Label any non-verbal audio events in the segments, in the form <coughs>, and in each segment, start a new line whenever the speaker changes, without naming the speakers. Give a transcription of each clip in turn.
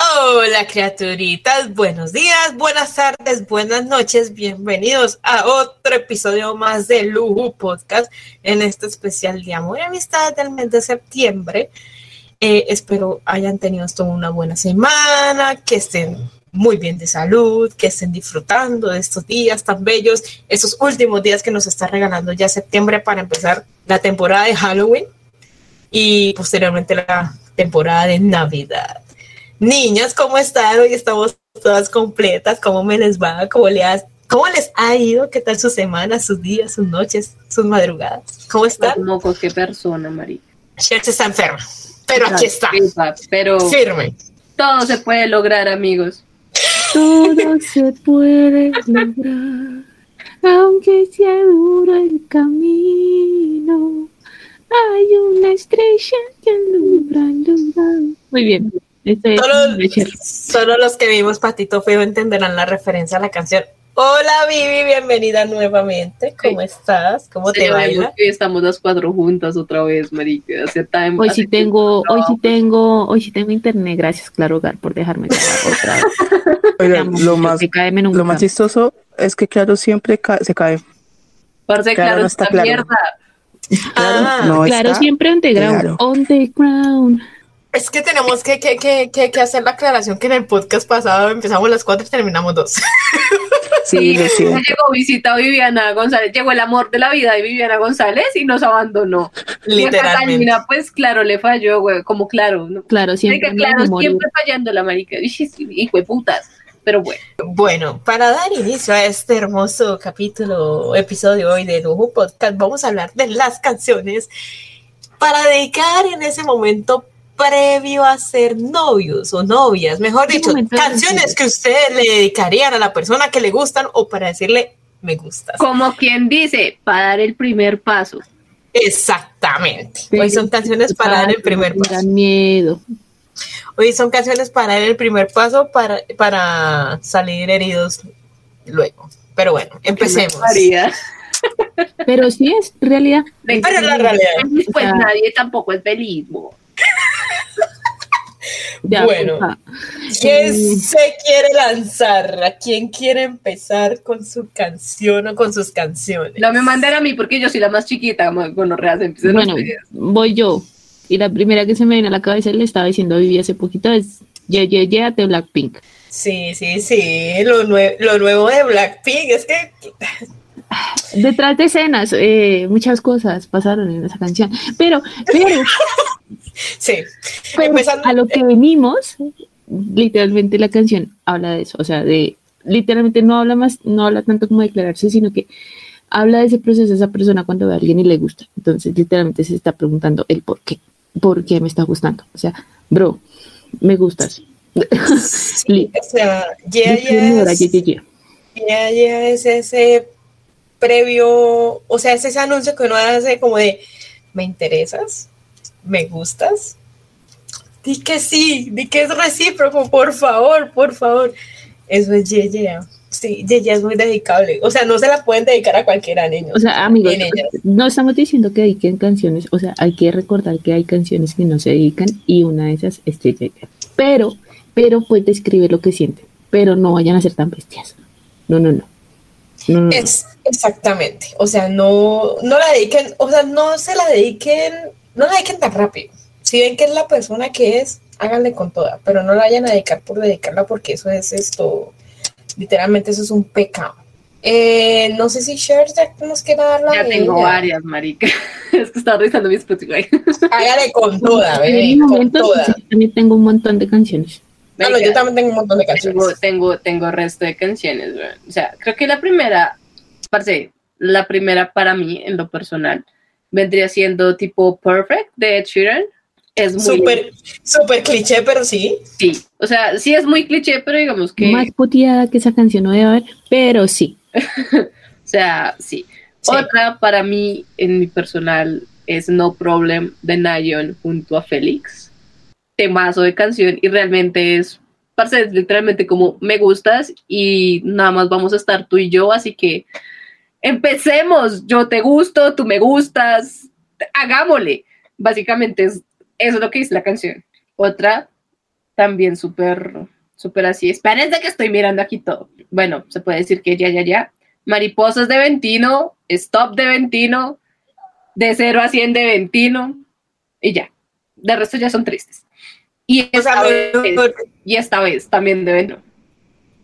Hola criaturitas, buenos días, buenas tardes, buenas noches, bienvenidos a otro episodio más de Luju Podcast en este especial de amor y amistad del mes de septiembre. Eh, espero hayan tenido toda una buena semana, que estén muy bien de salud, que estén disfrutando de estos días tan bellos, estos últimos días que nos está regalando ya septiembre para empezar la temporada de Halloween y posteriormente la temporada de Navidad. Niñas, ¿cómo están? Hoy estamos todas completas. ¿Cómo me les va? ¿Cómo, le has- ¿Cómo les ha ido? ¿Qué tal sus semanas, sus días, sus noches, sus madrugadas? ¿Cómo están?
Mocos, pues, qué persona, María.
Chelsea está enferma, pero aquí está,
Pero
firme.
todo se puede lograr, amigos. Todo se puede lograr, aunque sea duro el camino. Hay una estrella que alumbra el lugar. Muy bien. Este es
Solo,
un Becher.
solo los que vimos Patito Feo entenderán la referencia a la canción. Hola Vivi, bienvenida nuevamente. ¿Cómo estás? ¿Cómo te
Ya vemos
baila?
que hoy estamos las cuatro juntas otra vez, marica. Hace time-
Hoy
hace
sí tengo,
tiempo
hoy
no.
sí tengo, hoy sí tengo internet, gracias Claro Hogar por dejarme grabar otra vez. Te
Oigan,
amo mucho,
lo más,
que caeme nunca.
lo más chistoso es que Claro siempre ca- se cae.
Parce,
Claro,
claro,
no
esta
está claro.
mierda.
Ah,
no
claro,
está.
siempre underground,
claro.
underground.
Es que tenemos que, que, que, que, que hacer la aclaración que en el podcast pasado empezamos las cuatro y terminamos dos. <laughs>
<laughs>
Sí, lo
Ya
siento.
Llegó visita a Viviana González, llegó el amor de la vida de Viviana González y nos abandonó. Y a
Literalmente.
Catalina, pues claro, le falló, güey, como claro, ¿no?
Claro, siempre
Marica,
me
claro,
enamoro.
siempre fallando la marica, <laughs> hijo de putas, pero bueno.
Bueno, para dar inicio a este hermoso capítulo, episodio hoy de Lujo Podcast, vamos a hablar de las canciones para dedicar en ese momento previo a ser novios o novias, mejor
Ese
dicho,
momento de
canciones
novios.
que ustedes le dedicarían a la persona que le gustan o para decirle me gustas.
Como quien dice, para dar el primer paso.
Exactamente.
Sí,
Hoy son canciones para dar el
Ay,
primer
me da
paso.
miedo.
Hoy son canciones para dar el primer paso para, para salir heridos luego. Pero bueno, empecemos.
María.
Pero sí es realidad.
De-
Pero la realidad.
Pues
O sea,
nadie tampoco es feliz, bo.
Pues.
ya,
Bueno.
porfa.
¿Quién
Eh,
se quiere lanzar? ¿A quién quiere empezar con su canción o con sus canciones?
No me manden a mí porque yo soy la más chiquita, ma- con los reas empiecen
Bueno,
ustedes.
voy yo. Y la primera que se me viene a la cabeza le estaba diciendo a Vivi hace poquito es Yeah, yeah, yeah de Blackpink.
Sí, sí, sí. Lo, nue- lo nuevo de Blackpink es que
Detrás de escenas, eh, muchas cosas pasaron en esa canción. Pero, pero,
sí.
pero
Empezando-
a lo que venimos, literalmente la canción habla de eso. O sea, de literalmente no habla más, no habla tanto como declararse, sino que habla de ese proceso de esa persona cuando ve a alguien y le gusta. Entonces, literalmente se está preguntando el por qué. ¿Por qué me está gustando? O sea, bro, me gustas. Li-
O sea, yeah,
Yo quiero
yeah,
llorar,
es,
yeah, yeah, yeah.
yeah, yeah es ese previo, o sea, es ese anuncio que uno hace como de, ¿me interesas? ¿Me gustas? Di que sí, di que es recíproco, por favor, por favor. Eso es yeah, yeah. Sí, yeah, yeah es muy dedicable. O sea, no se la pueden dedicar a cualquiera, niño.
O sea, amigos,
Bien ellas.
no estamos diciendo que dediquen canciones, o sea, hay que recordar que hay canciones que no se dedican y una de esas es Che Che Che. Pero, pero pues describe lo que sienten, pero no vayan a ser tan bestias. No, no, no. No, no,
Mm.
no.
Es, exactamente. O sea, no, no la dediquen, o sea, no se la dediquen, no la dediquen tan rápido. Si ven que es la persona que es, háganle con toda, pero no la vayan a dedicar por dedicarla porque eso es esto, literalmente eso es un pecado. Eh, no sé si Cher ya nos quiera dar la
Ya
de
tengo
ella.
varias, marica. <laughs> es que estaba revisando mis Spotify. <laughs>
Hágale con
<laughs>
toda,
En
bebé,
el
con
momento,
toda.
sí, también tengo un montón de canciones.
No, no, yo también tengo un montón de
tengo,
canciones.
tengo, tengo resto de canciones, weón. O sea, creo que la primera, parce, la primera para mí, en lo personal, vendría siendo tipo Perfect de Ed Sheeran. Es muy.
Súper, súper cliché, pero sí.
Sí. O sea, sí es muy cliché, pero digamos que.
Más puteada que esa canción no debe haber, pero sí.
O sea, sí.
sí.
Otra para mí, en mi personal, es No Problem de Nayon junto a Félix. Temazo de canción y realmente es, parce, es literalmente como me gustas y nada más vamos a estar tú y yo, así que empecemos. Yo te gusto, tú me gustas, hagámosle. Básicamente es, eso es lo que dice la canción. Otra también súper súper así. Espérense que estoy mirando aquí todo. Bueno, se puede decir que ya, ya, ya. Mariposas de Ventino, Stop de Ventino, de 0 a 100 de Ventino, y ya. De resto ya son tristes. Y esta,
O sea,
vez,
mejor-
y esta vez también de Ventino.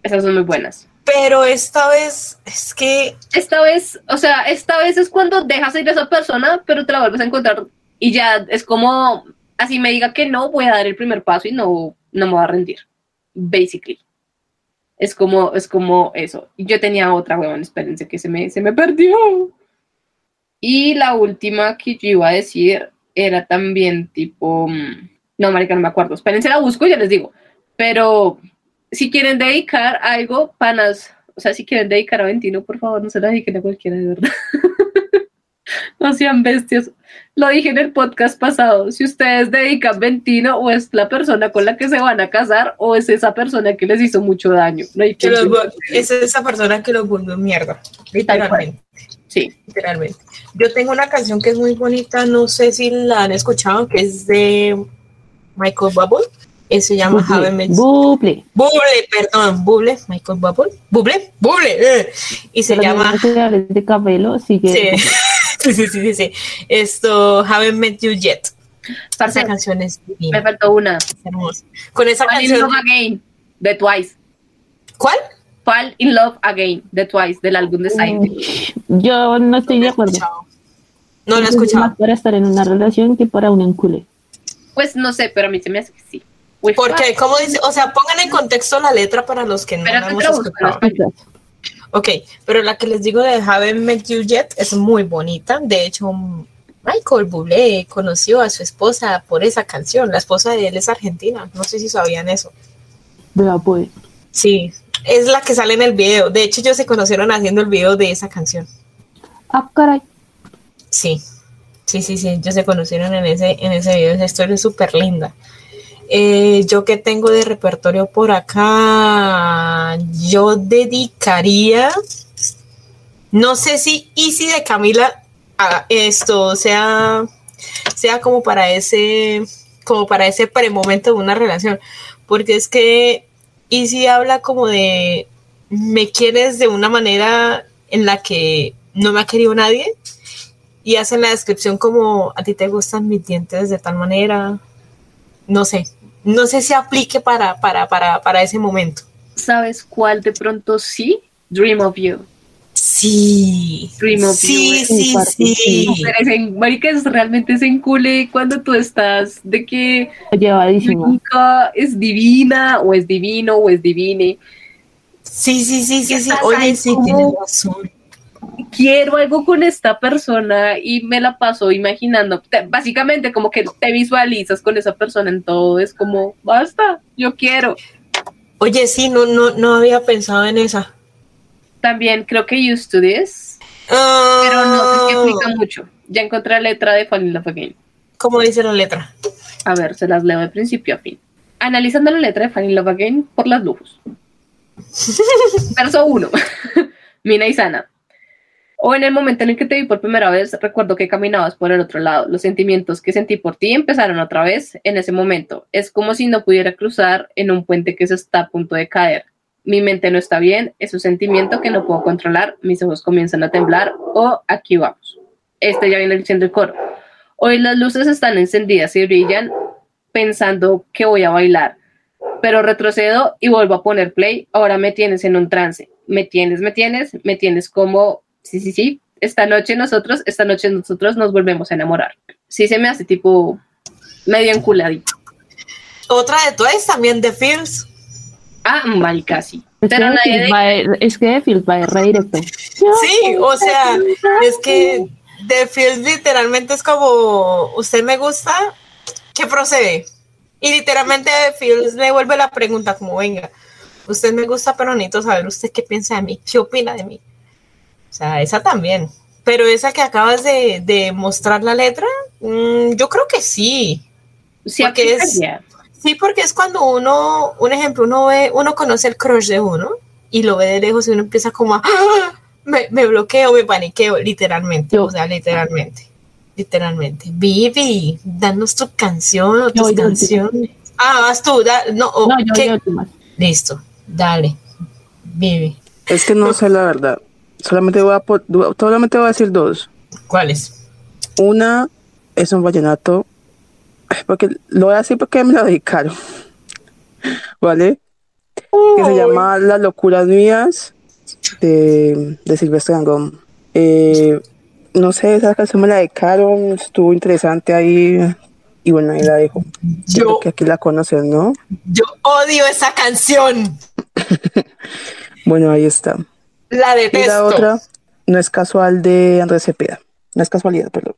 Esas son muy buenas.
pero esta vez es que
Esta vez, o sea, esta vez es cuando dejas ir a esa persona, pero te la vuelves a encontrar y ya es como, así me diga que no, voy a dar el primer paso y no, no me voy a rendir. Basically. Es como, es como eso. Y Yo tenía otra, huevón, espérense que se me, se me perdió. Y la última que yo iba a decir era también tipo, mm, no, marica, no me acuerdo. Espérense, la busco y ya les digo. Pero si quieren dedicar algo, panas, o sea, si quieren dedicar a Ventino, por favor, no se la dediquen a cualquiera, de verdad. <laughs> no sean bestias. Lo dije en el podcast pasado. Si ustedes dedican Ventino, o es la persona con la que se van a casar, o es esa persona que les hizo mucho daño. No hay
que los
quien-
vu- es esa persona que los vuelve mierda, literalmente.
Sí.
literalmente. Yo tengo una canción que es muy bonita, no sé si la han escuchado, que es de Michael Bubble. eh, Se llama Have a
Buble,
Met-
buble.
Buble, perdón, Buble, Michael Bubble. Buble, Buble. eh, Y se
Pero
llama
no te hables de cabello,
Sí.
sigue.
<laughs> sí, sí, sí, sí, sí. Esto, Haven't Met You Yet.
Parce,
Esa canción es divina,
me faltó una.
es hermosa. Con esa
Fall in
canción,
Love Again, de Twice.
¿cuál?
Fall in Love Again, de Twice, del álbum de
Mm.
Scientist.
<laughs> Yo no estoy de
No la he
acuerdo.
escuchado. No la he
Es
escuchado.
más para estar en una relación que para un encule.
Pues no sé, pero a mí se me hace que sí. Pues, With
Porque,
Twice.
como dice, o sea, pongan en contexto la letra para los que no
Espérate,
la hemos
te la busco,
escuchado.
Ay.
Ok, pero la que les digo de Haven't Met You Yet es muy bonita. De hecho, m- Michael Bublé conoció a su esposa por esa canción. La esposa de él es argentina. No sé si sabían eso.
Vea, pues.
Sí, es la que sale en el video. De hecho, ellos se conocieron haciendo el video de esa canción.
Ah, caray.
Sí, sí, sí, sí. Ellos se conocieron en ese, en ese video. Esa historia es súper linda. Eh, yo que tengo de repertorio por acá, yo dedicaría, no sé si Easy de Camila a esto sea, sea como para ese, como para ese premomento de una relación, porque es que Easy habla como de me quieres de una manera en la que no me ha querido nadie y hacen la descripción como a ti te gustan mis dientes de tal manera, no sé, no sé si aplique para, para, para, para ese momento.
¿Sabes cuál de pronto sí? Dream of You.
Sí,
Dream of
sí,
You.
sí,
Comparto,
sí,
sí.
Pero es en- Marica, es realmente se encule cuando tú estás de que
Llevadísima.
nunca es divina o es divino o es divine.
sí, sí, sí, sí, sí.
Estás
Oye,
ahí
sí,
como-
tienes razón.
quiero algo con esta persona y me la paso imaginando. Te- básicamente, como que te visualizas con esa persona en todo, es como, basta, yo quiero.
Oye, sí, no, no, no había pensado en esa.
También creo que Used to This, pero no, es
Ah, Oh.
que explica mucho. Ya encontré la letra de Fall in Love Again.
¿Cómo dice la letra?
A ver, se las leo de principio a fin. Analizando la letra de Fall in Love Again por las lujos. Verso 1. <laughs> Mina y Sana. O en el momento en el que te vi por primera vez, recuerdo que caminabas por el otro lado. Los sentimientos que sentí por ti empezaron otra vez en ese momento. Es como si no pudiera cruzar en un puente que se está a punto de caer. Mi mente no está bien, es un sentimiento que no puedo controlar. Mis ojos comienzan a temblar. O aquí vamos. Este ya viene diciendo el coro. Hoy las luces están encendidas y brillan pensando que voy a bailar, pero retrocedo y vuelvo a poner play. Ahora me tienes en un trance. Me tienes, me tienes, me tienes como, sí, sí, sí. Esta noche nosotros, esta noche nosotros nos volvemos a enamorar. Sí se me hace tipo medio enculadito.
Otra de todas también de Fields.
Ah, mal casi.
Es que
Pero nadie
Phil
de-
va de- es que Phil va de redirecto.
Sí, o sea, es que The Fields literalmente es como, ¿usted me gusta? ¿Qué procede? Y literalmente The Fields le vuelve la pregunta como, venga, usted me gusta, pero necesito saber usted qué piensa de mí, qué opina de mí. O sea, esa también. Pero esa que acabas de, de mostrar la letra, mm, yo creo que sí.
sí
porque es-
aplicaría.
Sí, porque es cuando uno, un ejemplo, uno ve, uno conoce el crush de uno y lo ve de lejos y uno empieza como a, <laughs> ¡Ah! me, me bloqueo, me paniqueo, literalmente,
Yo-
o sea, literalmente, literalmente. Vivi, danos tu canción o
Yo
tus
voy de última.
canciones. Ah, vas tú, da- no, o
No, yo
¿qué?
yo últimas.
Listo, dale, vive.
Es que no sé la verdad. Solamente voy a, por- solamente voy a decir dos.
¿Cuáles?
Una es un vallenato, porque lo voy a decir porque me lo dedicaron, <laughs> ¿vale? Que se llama Las locuras mías de, de Silvestre Dangond. Eh, no sé, esa canción me la dedicaron, estuvo interesante ahí y bueno, ahí la dejo. Yo creo
Yo,
que aquí la conocen, ¿no?
yo odio esa canción.
Bueno, ahí está.
La
Y la
detesto.
otra no es casual de Andrés Cepeda. No es casualidad, perdón.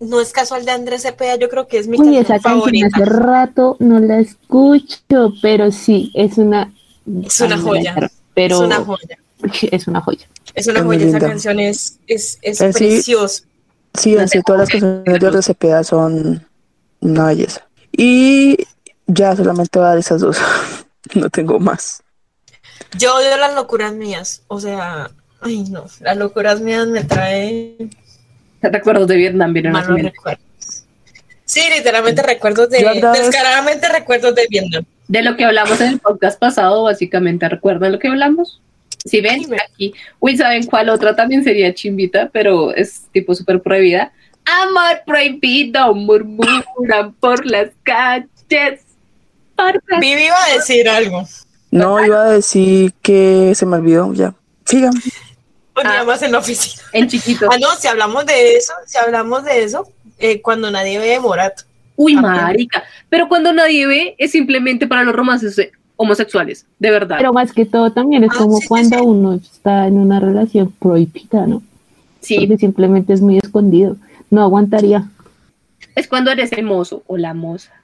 No es casual de Andrés Cepeda, yo creo que es mi
Uy,
canción
esa canción
favorita.
hace rato no la escucho, pero sí, es una...
Es una
Ay, me la
joya.
echaron, Pero
Es una joya.
es una joya.
Es una
Es muy
joya, esa
linda.
canción es, es, es
En sí-
preciosa.
Sí, en sí, todas las canciones de Andrés Cepeda son una belleza. Y ya solamente voy a dar esas dos. <laughs> No tengo más.
Yo odio las locuras mías, o sea, ay no, las locuras mías me traen
¿Te acuerdas de Vietnam? Vieron
malos recuerdos. Sí, literalmente recuerdos de,
Yo andaba-
descaradamente recuerdos de Vietnam.
De lo que hablamos en el podcast pasado, básicamente, ¿recuerdan lo que hablamos? Si ven
Sí, me-
aquí, uy, ¿saben cuál otra también sería chimbita, pero es tipo súper prohibida? Amor prohibido, murmuran por las calles. Por las-
Vivi iba a decir algo.
No, iba a decir que se me olvidó ya. Sigan.
Un día
Ah.
más en la oficina.
En chiquito.
Ah, no, si hablamos de eso, si hablamos de eso, eh, cuando nadie ve Morat.
Uy, marica. Pero cuando nadie ve, es simplemente para los romances eh, homosexuales, de verdad.
Pero más que todo también es
Ah,
como
sí, sí,
cuando
sí.
uno está en una relación prohibida, ¿no?
sí,
Porque simplemente es muy escondido. No aguantaría.
es cuando eres el mozo o la moza.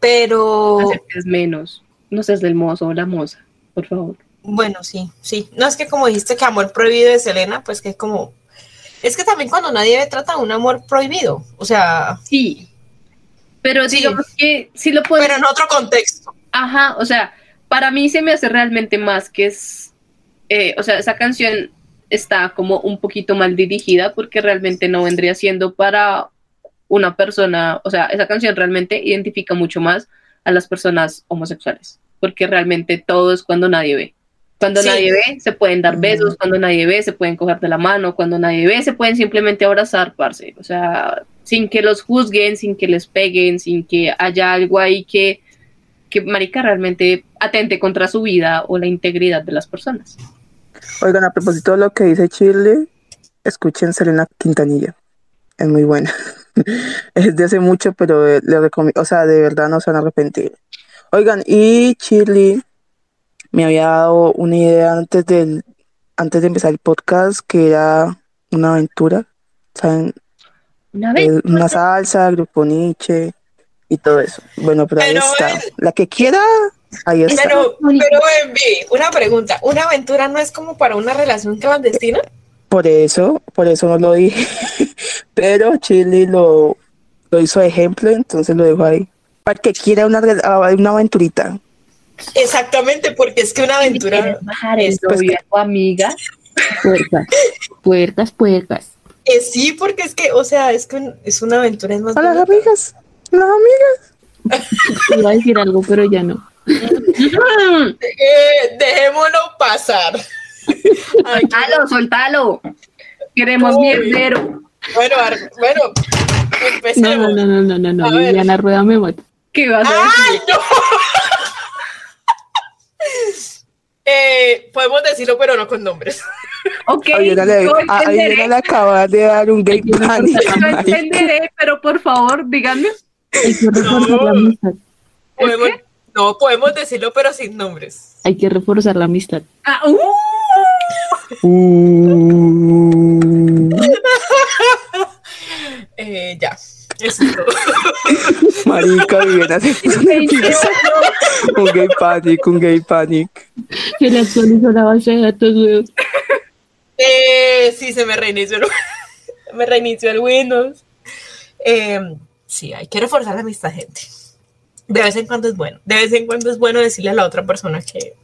Pero
Aceptes menos. No seas del mozo o la moza, por favor.
bueno, sí, sí. No es que como dijiste que amor prohibido de Selena, pues que es como. Es que también cuando nadie ve trata de un amor prohibido. O sea,
Sí. Pero
Sí.
digamos que sí lo puedo.
pero en otro contexto.
Ajá, o sea, para mí se me hace realmente más que es. eh, o sea, esa canción está como un poquito mal dirigida porque realmente no vendría siendo para una persona. O sea, esa canción realmente identifica mucho más a las personas homosexuales porque realmente todo es cuando nadie ve. Cuando
Sí.
nadie ve, se pueden dar besos, cuando nadie ve, se pueden coger de la mano, cuando nadie ve, se pueden simplemente abrazar, parce. O sea, sin que los juzguen, sin que les peguen, sin que haya algo ahí que, que marica, realmente atente contra su vida o la integridad de las personas.
Oigan, a propósito de lo que dice Chile, escuchen Selena Quintanilla. Es muy buena. <laughs> Es de hace mucho, pero eh, le recomiendo, o sea, de verdad no se van a arrepentir. Oigan, y Chile me había dado una idea antes del, antes de empezar el podcast, que era una aventura, ¿saben?
Una vez.
Eh, Una salsa, grupo Nietzsche y todo eso. Bueno, pero ahí
Pero,
está.
eh,
La que quiera, ahí está.
Pero, pero Envy, una pregunta. ¿Una aventura no es como para una relación clandestina?
Por eso, por eso no lo dije. <laughs> Pero Chile lo, lo hizo de ejemplo, entonces lo dejo ahí. Para que quiera una, re- a- una aventurita.
Exactamente, porque es que una aventura.
¿Quieres bajar el
Pues
novio a tu amiga?
Puercas, puercas, puercas.
eh, sí, porque es que, o sea, es que un- es una aventura. Es más
A las
bonita.
amigas, las amigas.
Iba a decir algo, pero ya no.
Eh, dejémoslo pasar. Ay, qué
¡Soltalo, soltalo! Queremos
Uy.
mierdero.
Bueno, ar- bueno,
No, no,
empecemos.
no, no, no, no,
A
no.
ver.
Viviana Rueda me mata.
¿Qué vas a
¡Ay,
decir?
no! Eh, podemos decirlo, pero no con nombres.
Ok,
A Viviana le,
yo
a- a Viviana
entenderé,
le acaba de dar un gay
Yo no
panic.
yo
marica.
entenderé, pero por favor, díganme.
Hay que reforzar la amistad.
Podemos- no, podemos decirlo, pero sin nombres.
Hay que reforzar la amistad.
Ah, uh,
<laughs> Uh,
Eh, ya. Eso es todo.
marica, Viviana se puso nerviosa. <laughs> Un gay panic, un gay panic.
Se le actualizó la base de datos, weón.
<laughs> Eh, sí, se me reinició el, <laughs> me reinició el Windows. Eh, sí, hay que reforzar la amistad, gente. De vez en cuando es bueno. De vez en cuando es bueno decirle a la otra persona que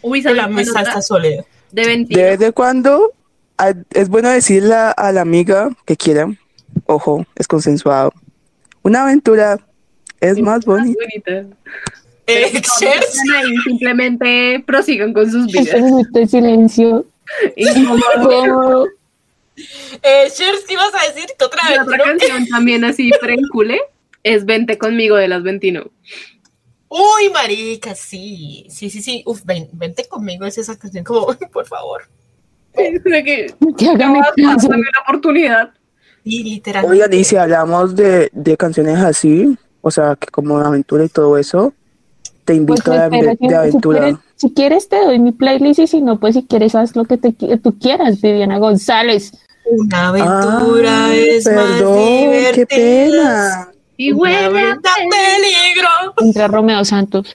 uy,
la
¿saben cuál
amistad
otra?
está sólida. Eh,
De
De
mentira.
vez en cuando a- es bueno decirle a- a la amiga que quiera. Ojo, es consensuado. Una aventura es más bonita.
bonita.
Excelsior.
Ahí simplemente prosigan con sus vidas.
Entonces estoy en este silencio. Incómodo.
Eh, Shers, ¿qué ibas a decir? Que otra
Y
vez,
otra
creo que-
canción también así prencule es Vente conmigo de las 21.
Uy, marica, sí. Sí, sí, sí. Uf, ven, vente conmigo, es esa canción como, <laughs> por favor.
Creo que
Que hagan el
vamos a
caso.
darle la oportunidad.
Y literalmente.
Oigan, y si hablamos de, de canciones así, o sea, que como aventura y todo eso, te
Pues,
invito a la
espera,
de, de
si- si
aventura.
quieres- Si quieres te doy mi playlist y si no, pues si quieres haz lo que te qui- tú quieras, Viviana González.
Una aventura
Ay,
es más divertida.
Ah, qué pena.
Y
Una
huele a
aventura peligro.
Contra Romeo Santos.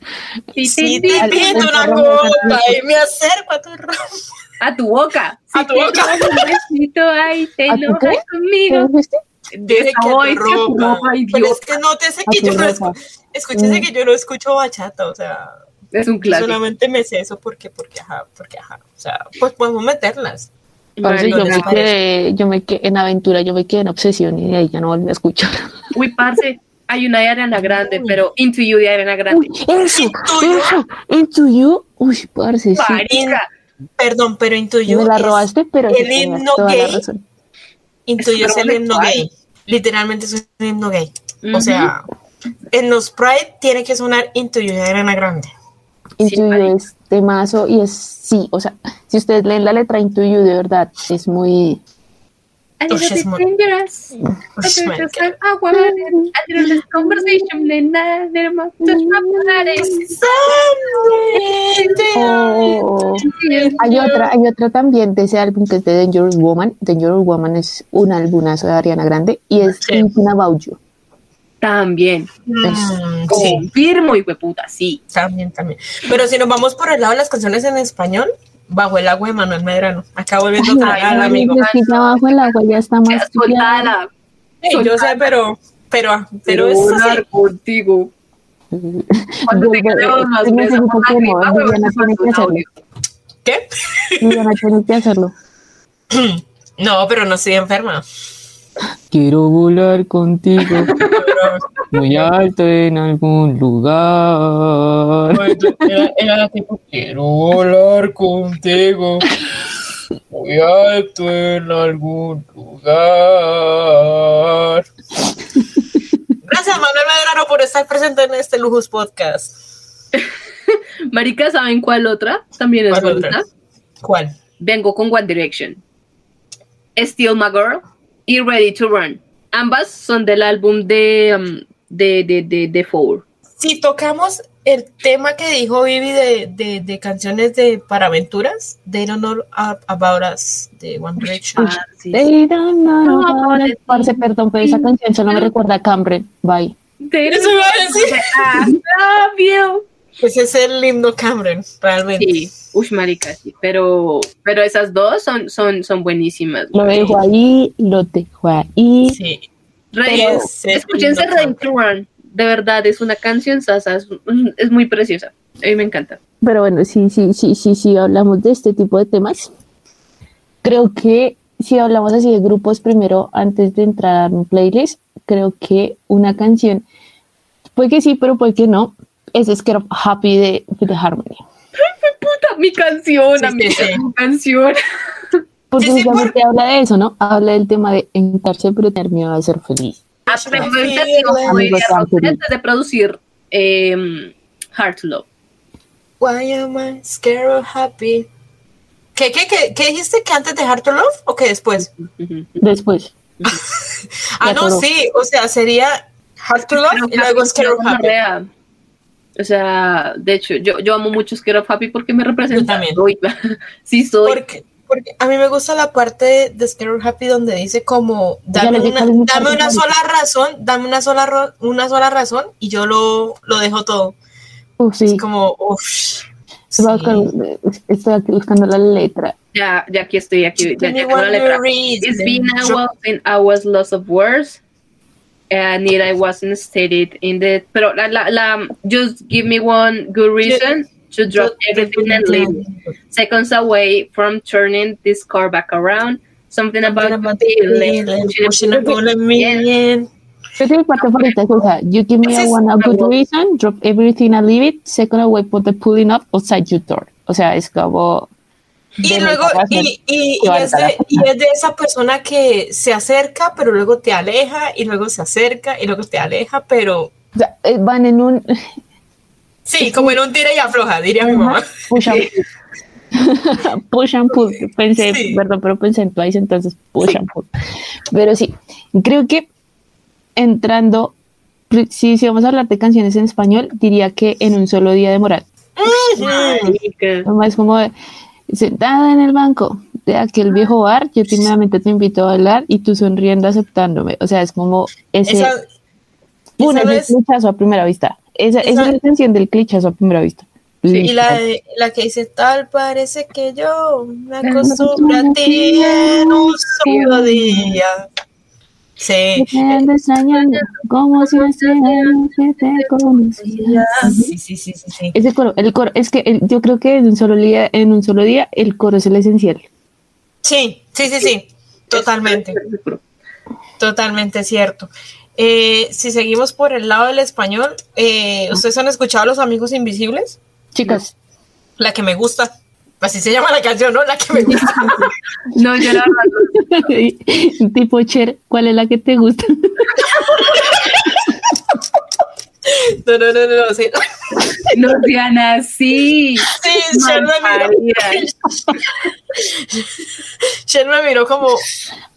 ti,
Si
ti,
te
ti,
al-
pido
al-
una
al-
gota y me acerco a tu ropa.
a tu boca.
A
Si
tu
te
boca.
das Un besito ahí, te
¿A tu
enojas
qué? ¿Qué
conmigo.
dijiste?
Dice que a
Voy,
tu ropa.
ropa,
Pero
idiota.
es que nótese
A
que
tu
yo no
ropa.
escucho, escúchese
Mm.
que yo no escucho bachata, o sea,
Es un
yo
clásico.
solamente me sé eso porque, porque ajá, porque ajá. O sea, pues podemos meterlas.
Parce,
Bueno,
yo,
¿les
me
parece?
quedé, yo me quedé en aventura, yo me quedé en obsesión y de ahí ya no volví a escuchar.
Uy, parce, hay una de Arena Grande,
Uy.
pero Into You de Arena Grande.
Uy, eso,
Intuyo.
eso, intuyo. Uy, parce, sí.
Marica,
Perdón, pero intuyo.
me la
es-
robaste, pero
el
sí tenías
himno
toda
gay.
la razón.
Intuyo
Es
es el himno
homosexual.
gay. Literalmente es un himno gay.
Ujú.
O sea, en los Pride tiene que sonar Intuyo de Arena Grande.
Intuyo
marica.
es temazo y es sí, o sea, si ustedes leen la letra Intuyo, de verdad, es
<laughs>
muy...
a
Uy,
little
es
bit
muy-
dangerous.
Ush,
Okay, just
marica.
an hour, a little conversation, then I- then I'm just my body.
Oh. Hay otra, hay otra también de ese álbum que es de Dangerous Woman. Dangerous Woman es un albumazo de Ariana Grande y es
Sí.
Thinking About You.
También,
Mm, sí,
confirmo, y puta, sí.
también, también. Pero si nos vamos por el lado de las canciones en español, Bajo el agua de Manuel Medrano. Acá volviendo a
Ay,
al amigo.
Es que ya bajo el agua ya está más...
Soltada,
Sí, yo sé, pero, pero, pero es así.
contigo. Cuando te quedaron las
Yo no sé
mesas,
si por qué
mamá, mi
no,
mamá
Viviana
me
tiene
mandó
que
un
hacerlo.
audio.
¿Qué?
Viviana tiene que
<laughs>
hacerlo.
No, pero no estoy enferma.
Quiero volar contigo
Pero-
muy alto en algún lugar.
Era, era tipo, quiero volar contigo. Muy alto en algún lugar.
Gracias, Manuel Medrano, por estar presente en este Lujus Podcast.
Marica, ¿saben cuál otra? También es
¿Cuál otra?
bonita.
¿Cuál?
Vengo con One Direction. Still My Girl y Ready to Run. Ambas son del álbum de, um, de, de, de, de Four.
Si tocamos el tema que dijo Vivi de, de, de canciones de para aventuras, de Honor About Us de One Direction.
Ah, sí, sí.
¿eh?
They don't know
No,
about
pobre
it. Parce, perdón, pero esa canción solo me recuerda a Cambren. Bye.
They
Eso iba a decir.
don't love you.
Ese es el himno Cameron, realmente.
Sí, uy, marica, sí. Pero, pero esas dos son, son, son buenísimas.
Lo dejo ahí, lo dejo ahí.
Sí.
Ready-
Pero-
escúchense Ready to Run. De verdad, es una canción sasa. Es, es muy preciosa. A mí me encanta.
Pero bueno, sí, sí, sí, sí, sí, hablamos de este tipo de temas. Creo que si hablamos así de grupos primero, antes de entrar a mi playlist, creo que una canción, puede que sí, pero puede que no, es Scared of Happy de Fifth Harmony.
Puta, mi canción,
Sí,
amiga,
sí, sí.
mi canción.
Porque
Sí, sí,
justamente habla de eso, ¿no? Habla del tema de encarse pero tener miedo a ser feliz.
Ah,
Aprendo el
Sí,
término
bueno.
como diría
Amigo
Roxette,
Santi.
antes de producir eh, Heart to Love.
Why am I scared of happy? ¿Qué, qué, qué, qué dijiste que antes de Hard to Love o que después?
Ujú.
Después,
Ah, no,
acuerdo.
sí, o sea, sería Hard to Love
Pero
Ah, y luego
Happy
Scared
es
of
una
Happy.
gonorrea. O sea, de hecho, yo, yo amo mucho Scared of Happy porque me representa.
Yo también.
Soy- <laughs> sí, soy.
Porque, porque a mí me gusta la parte de Scared of Happy donde dice como
Ya
dame
le di
una,
cuál es mi
dame
parte
una sola razón, dame una sola ro- una sola razón y yo lo, lo dejo todo.
Uf, sí,
Es como, uff.
voy a buscar- estoy aquí buscando la letra.
Ya, ya aquí estoy, aquí. Ya, ya tengo la letra. It's been a while since I was lost of words. And it I wasn't stated in the. Pero la, la, la. Just give me one good reason to drop everything and leave. seconds away from turning this car back around. Something about feeling.
Pushing up on a million.
Yo tengo mi parte favorita es esa. You give me a
Ese es
one a good
bravo.
reason, drop everything and leave it, second away put the pulling up outside your door. O sea, es como...
Y
ven,
luego,
capaz, no-
y, y-
que
y
valga
es de,
la
y es de esa persona que se acerca, pero luego te aleja, y luego se acerca, y luego te aleja, pero
o sea, eh, van en un...
sí, como en un tira y afloja, diría mi mamá.
Push and pull. <laughs> push and pull. Pensé,
Sí.
perdón, pero pensé en Twice, entonces push and pull. Pero sí, creo que entrando, si, si vamos a hablar de canciones en español, diría que en un solo día de Morat.
Marica.
Nomás como de, sentada en el banco de aquel viejo bar, yo tímidamente te invito a bailar y tú sonriendo aceptándome. O sea, es como ese,
<laughs> Esa,
¡pum!
esa
ese
vez-
clichazo a primera vista. Esa, esa
esa-
es la canción del clichazo a primera vista.
y la, la que dice, tal parece que yo me acostumbro a ti en un solo día. Sí,
Dejando extrañando como si no estuvieras que te conocía.
sí, sí, sí, sí. sí.
Ese coro, el coro, es que el- yo creo que en un solo día, en un solo día, el coro es el esencial.
Sí, sí, sí, sí, totalmente. Totalmente cierto. Eh, si seguimos por el lado del español, eh, ¿ustedes han escuchado Los Amigos Invisibles?
Chicas, <laughs>
La que me gusta. Así se llama la canción, ¿no? La que me gusta.
No, yo la verdad
tipo Cher, ¿cuál es la que te gusta? <laughs>
No, no, no, no. no, Sí,
no sean así. <laughs>
<laughs> sí Cher, me miró,
Malparidas.
Cher me miró como...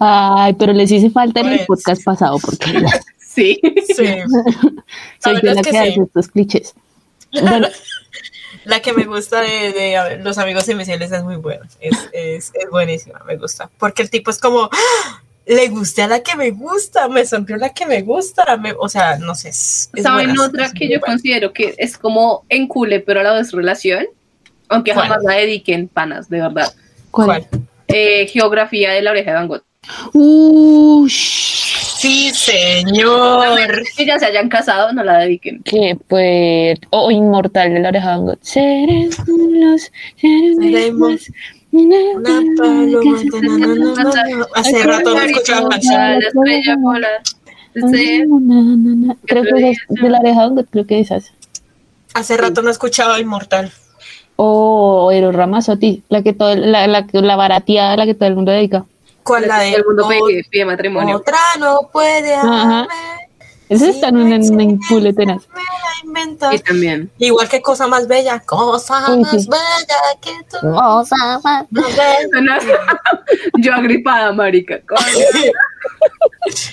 Ay, pero les hice falta en el
Pues.
podcast pasado porque ya
<laughs> Sí.
<laughs> Sí.
soy
verdad
yo
es
la
que
que hace
sí.
estos
<laughs>
clichés. Bueno,
La que me gusta de, de, a ver, Los Amigos Invisibles es muy buena. Es, es, es buenísima, me gusta. Porque el tipo es como... ¡Ah! Le gusta a la que me gusta, me sonrió la que me gusta. me- o sea, no sé. es- es
¿Saben
buena,
otra
es
que
muy
yo
buena.
considero que es como encule, pero a la vez relación? Aunque
¿Cuál?
jamás la dediquen panas, de verdad.
¿cuál?
¿Cuál?
Eh, geografía de la oreja de Van Gogh.
Ush,
Sí, señor.
Que ya se hayan casado, no la dediquen.
que pues, o inmortal de la oreja de Van Gogh. Seremos los, seremos
Seremos Una paloma, na, na, na, na, na. Hace rato no escuchaba canción.
La estrella polar. Sí.
Na, na, na. Creo
Otro
que
día
esas de la oreja de Van Gogh, creo que esas.
Hace rato no escuchaba Inmortal.
O Eros Ramazzotti, la que todo, la, la, la barateada, la que todo el mundo dedica.
¿Cuál
Todo
la de
el mundo
"O-
pide, pide matrimonio.
otra no puede
Ajá.
amarme,
Esa
si
está en un
no
en- en
existe,
full tenaz.
me la invento".
Y <laughs> también.
Igual que cosa más bella, cosa
Uy,
más
sí.
bella que tú. más bella.
Yo agripada, marica. <laughs>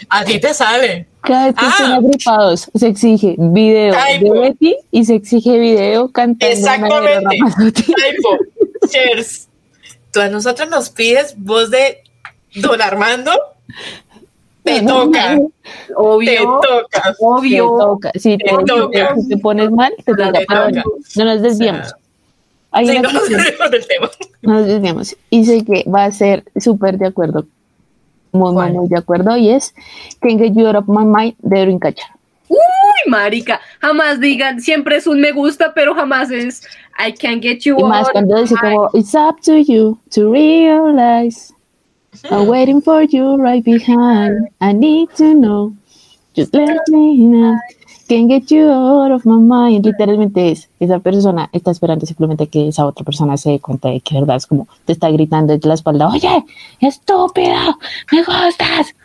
A ti te sale.
Cada vez que
Ah.
estén agripados, se exige video
Ay,
de
pues.
Betty y se exige video cantando una de Eros
Exactamente.
Ramazzotti.
Typo. Cheers. Tú a nosotros nos pides voz de Don Armando.
<laughs>
Te toca, te
Obvio.
toca.
Te
Obvio.
toca. Si te,
Te toca.
si te pones mal, te toca.
Te
Pero bueno,
toca.
no nos desviamos. Hay
Sí,
una
no nos
canción-
salimos del tema.
no nos desviamos. Y sé que va a ser súper de acuerdo. Muy, muy,
¿Cuál?
muy de acuerdo. Y es Can't Get You Out of My Mind de Brincacha.
Ay, marica. Jamás digan, siempre es un me gusta, pero jamás es I can get you
Y más
out
cuando
of
dice
my-
como It's up to you to realize I'm waiting for you right behind I need to know Just let me know Can't get you out of my mind Literalmente es, esa persona está esperando simplemente que esa otra persona se dé cuenta de que de verdad es como Te está gritando desde la espalda Oye, estúpido, me gustas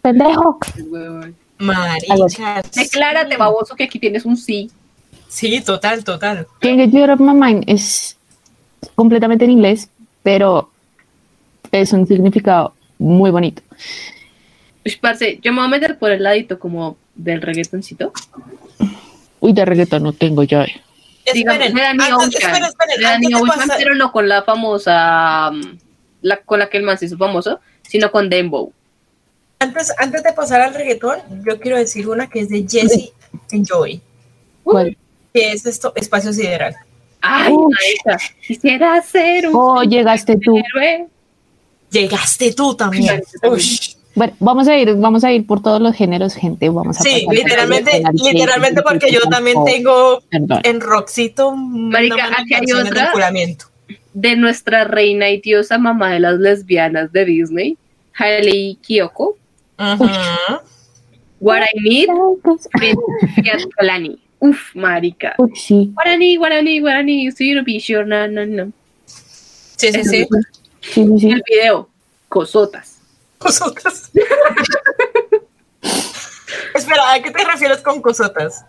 Pendejo
Huevón.
Algo
Marica.
Declárate, baboso, que aquí tienes un sí.
Sí, total, total.
Can't Get You Out of My Mind es completamente en inglés, pero es un significado muy bonito.
Uy, parce, yo me voy a meter por el ladito como del reggaetoncito.
Uy, de reggaetón no tengo llave.
Digamos,
Esperen,
me dan mi
antes,
Ocean.
esperen, esperen,
Me dan mi
antes de
Ocean,
pasar-
pero no con la famosa. mm, La, con la que el man se hizo famoso, sino con Dembow.
antes, antes de pasar al reggaetón, yo quiero decir una que es de Jesse and Joy,
¿Cuál?
que es esto, Espacio Sideral.
Ay,
Uy.
marica. Quisiera ser un
Oh, llegaste tú.
héroe.
Llegaste tú también.
Llegaste también.
Ush.
Bueno, vamos a ir, vamos a ir por todos los géneros, gente. Vamos a
Sí,
pasar por
literalmente,
el reggaetón,
literalmente
sí,
porque yo
sí,
también
por-
tengo
Perdón.
en Roxito una
Marica,
mala
aquí hay
canción de
otra.
vinculamiento.
De nuestra reina y diosa mamá de las lesbianas de Disney, Hailey Kiyoko.
Ujú.
What I Need, Kalani. Uf, marica.
Uy, sí,
Guaraní, guaraní, guaraní, estoy be sure, no, no, no.
Sí, sí,
<laughs>
sí.
sí,
<laughs>
sí, sí.
El video, cosotas.
Cosotas. <laughs> Espera, ¿a qué te refieres con cosotas?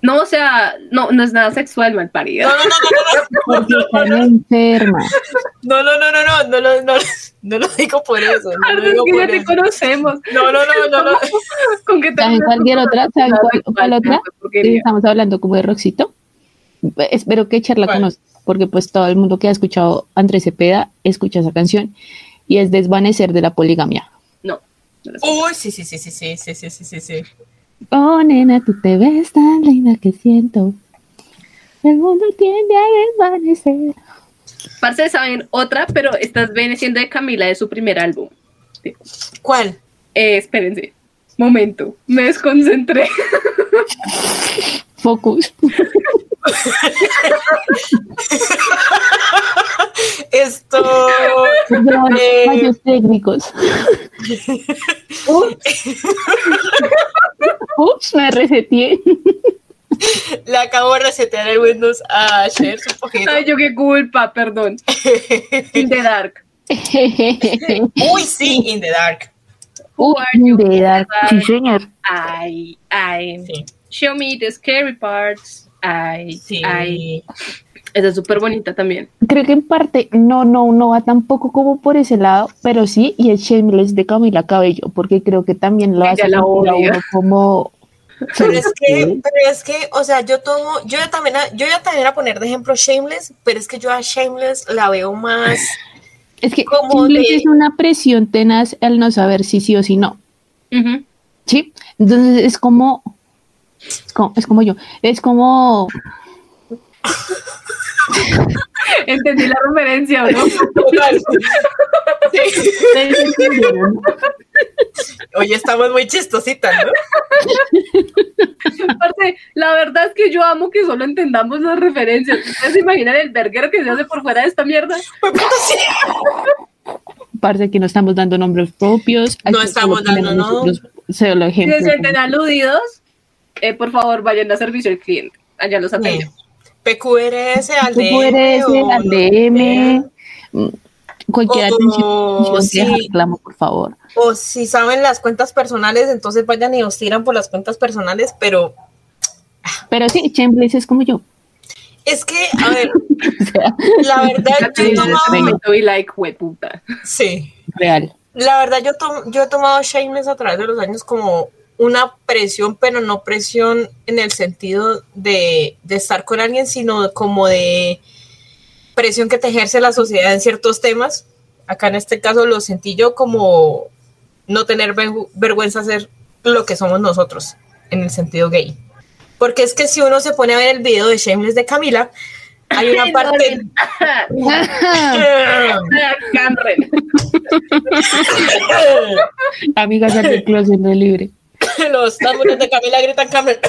No, o sea, no, no es nada sexual, mal parido.
No, no, no, no,
Porque
no, no,
están
no, no, <laughs>
enfermas.
no, no, no, no, no, no, no, no, no lo digo por eso. No lo
Ardo, es
digo
que ya
por
te
eso.
conocemos.
No, no, no, no, no.
¿Con qué te
¿Saben cualquier otra? ¿Saben cuál, cuál otra? Eh,
Porquería.
Estamos hablando como de Roxito. Espero que charla
¿Cuál?
conozca, porque pues todo el mundo que ha escuchado Andrés Cepeda escucha esa canción y es Desvanecer de la poligamia.
Uy, sí, sí, sí, sí, sí, sí, sí, sí, sí, sí.
Oh, nena, tú te ves tan linda que siento. El mundo tiende a desvanecer.
Parce, saben otra, pero estás veneciendo de Camila de su primer álbum.
¿Cuál?
Eh, espérense. Momento, me
<laughs>
desconcentré. <laughs>
Focus. <laughs>
Esto.
<laughs> Perdón,
Eh.
fallos
<laughs>
técnicos. Ups, me
<laughs>
reseteé.
Le acabo de resetear el Windows a Share un poquito.
Ay, yo qué culpa, perdón. In the dark.
Uy, sí, In the Dark.
Uy, de edad. Sí, señor.
Ay, ay.
Sí,
Show me the scary parts. Ay,
sí.
ay. Esa es súper bonita también.
Creo que en parte, no, no, no va tampoco como por ese lado, pero sí, y el Shameless de Camila Cabello, porque creo que también lo
Ella
hace
la
sentir a
odia.
uno como...
Pero es que, pero es que, o sea, yo tomo, yo ya también, a- yo ya también a poner de ejemplo Shameless, pero es que yo a Shameless la veo más.
Es que
Como
Shameless
de-
es una presión tenaz al no saber si sí o si no,
Ujú.
¿sí? Entonces es como... Es como, es como yo, es como...
Entendí la referencia, ¿no?
<laughs> Total. Sí. Hoy estamos muy chistositas, ¿no?
Parce, la verdad es que yo amo que solo entendamos las referencias. ¿Ustedes se imaginan el verguero que se hace por fuera de esta mierda?
Pues, puta, sí.
Parece que no estamos dando nombres propios.
No
aquí
estamos
solo
dando
tenemos
nombres.
nosotros Solo
Si se
ejemplos.
sienten aludidos, eh, por favor, vayan a servicio al cliente. Allá los atendemos.
PQRS al DM.
PQRS,
o
al
lo
DM,
que
Mm, cualquier
O
atención,
como-
atención que
sí.
reclamo, por favor.
sea. O si saben las cuentas personales, entonces vayan y os tiran por las cuentas personales, pero
Pero sí, Chambliss es como yo.
es que, a ver,
O sea,
la verdad,
<laughs>
yo he tomado.
Y like, hueputa. <laughs>
Sí.
real.
La verdad, yo, tom- yo he tomado Shameless a través de los años como una presión, pero no presión en el sentido de, de estar con alguien, sino como de presión que te ejerce la sociedad en ciertos temas. Acá en este caso lo sentí yo como no tener vergü- vergüenza ser lo que somos nosotros en el sentido gay. Porque es que si uno se pone a ver el video de Shameless de Camila, hay una
Ay,
parte... <laughs>
Canren.
Amigas
<laughs>
del closet no es libre.
los tambores de Camila <coughs> gritan Camel.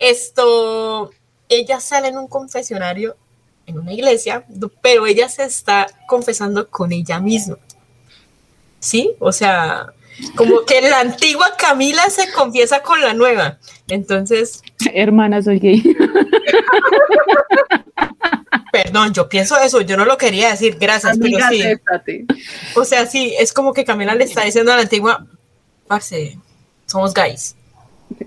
Esto, ella sale en un confesionario en una iglesia, do- pero ella se está confesando con ella misma. ¿Sí? O sea, como que la antigua Camila se confiesa con la nueva. Entonces,
Hermana, soy gay.
perdón, yo pienso eso, yo no lo quería decir, gracias,
Amiga,
pero sí.
acéptate.
O sea, sí, es como que Camila le está diciendo a la antigua, parce, somos gays.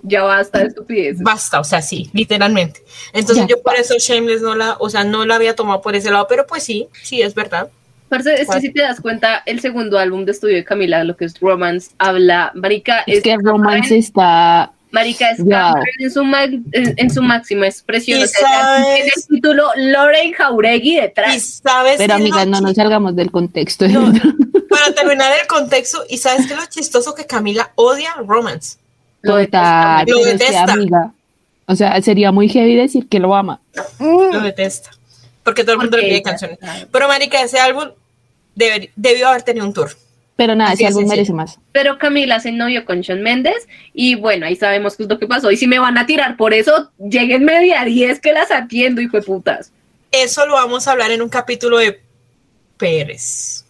Ya basta de estupidez.
basta, o sea, sí, literalmente. Entonces
Ya
yo por eso Shameless no la, o sea, no la había tomado por ese lado, pero pues sí, sí, es verdad.
Parce, es que si te das cuenta, el segundo álbum de estudio de Camila, lo que es Romance, habla. Marica
Es que romance
Cameron,
está.
Marica es
Ya.
Cameron en su, ma- en, en su máxima expresión.
Y
O sea,
sabes-
tiene el título Lauren Jauregui
Y
detrás.
sabes
Pero
qué es lo
amigas, no nos
chi-
salgamos del contexto.
No. <laughs> para terminar el contexto, y sabes que lo chistoso que Camila odia romance.
Lo detesta.
Total,
Lo
pero es que,
detesta.
amiga. O sea, sería muy heavy decir que lo ama.
Lo detesta. Porque todo el mundo le
Porque
pide
ella-
canciones. Pero marica, ese álbum deber- debió haber tenido un tour.
Pero nada,
Así
si
es,
algo
sí, sí.
merece más.
Pero Camila se novio con Sean Méndez y bueno, ahí sabemos qué es lo que pasó. Y si me van a tirar por eso, lleguen media 10 que las atiendo, hijo de putas.
Eso lo vamos a hablar en un capítulo de Pérez.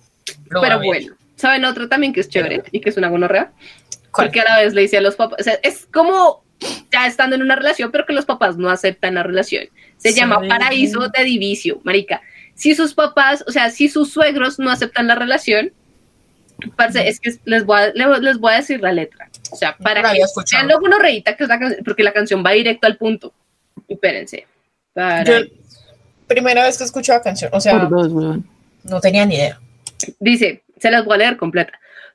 Lo van a
Pero
ver.
bueno, ¿saben otro también que es chévere y que es una gonorrea?
¿Cuál?
Porque a la vez le dice a los papás, o sea, es como ya estando en una relación, pero que los papás no aceptan la relación. Se
Sí.
llama paraíso de divicio, marica. Si sus papás, o sea, si sus suegros no aceptan la relación, parce, es que les voy a, le- les voy a decir la letra. O sea, para
la
que
había escuchado.
vean lo gonorreíta que es la canción, porque la canción va directo al punto. Espérense. Para-
Yo, primera vez que escucho la canción, o sea,
Por dos,
<laughs>
weón. <laughs>
no tenía ni idea.
Dice, se las voy a leer completa.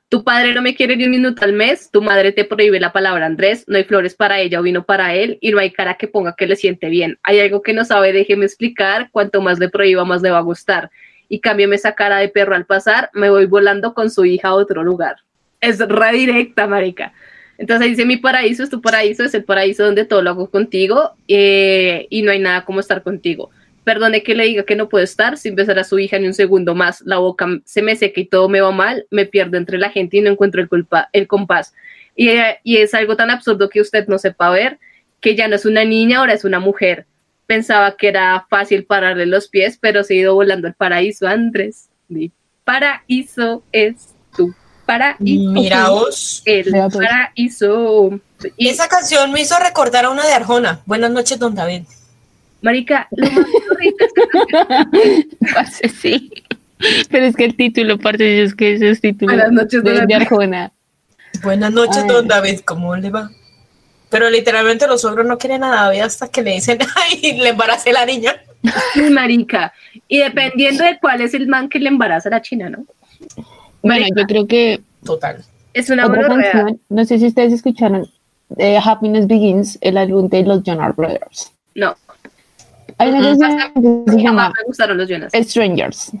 Tu padre no me quiere ni un minuto al mes, tu madre te prohíbe la palabra Andrés, no hay flores para ella o vino para él, y no hay cara que ponga que le siente bien. Hay algo que no sabe, déjeme explicar, cuanto más le prohíba, más le va a gustar. Y cámbiame esa cara de perro al pasar, me voy volando con su hija a otro lugar. Es redirecta, marica. Entonces dice, mi paraíso es tu paraíso, es el paraíso donde todo lo hago contigo, eh, y no hay nada como estar contigo. Perdone que le diga que no puedo estar sin besar a su hija ni un segundo más. La boca m- se me seca y todo me va mal. Me pierdo entre la gente y no encuentro el, culpa, el compás. Y, eh, y es algo tan absurdo que usted no sepa ver, que ya no es una niña, ahora es una mujer. Pensaba que era fácil pararle los pies, pero se ha ido volando al paraíso, Andrés. Mi paraíso es tu paraíso.
Miraos.
El
Vea, pues.
paraíso.
Y
Y-
esa canción me hizo recordar a una de Arjona. Buenas noches, don David.
Marica, lo más horrible es que
Parce, sí. Pero es que el título, parte es que esos títulos
a las noches de
de,
la
de Arjona.
Buenas noches,
Ay.
don David. ¿Cómo le va? Pero literalmente los suegros no quieren a David hasta que le dicen, <laughs> ay, le embaracé la niña.
Sí, marica. Y dependiendo de cuál es el man que le embaraza a la china, ¿no?
Bueno,
Marica.
yo creo que
Total.
Es una
otra
gonorrea.
canción, no sé si ustedes escucharon eh, Happiness Begins, el álbum de los Jonas Brothers.
No,
Hay una
Ujú. Ah,
canción que se
jamás
llama
me gustaron los Jonas.
Strangers.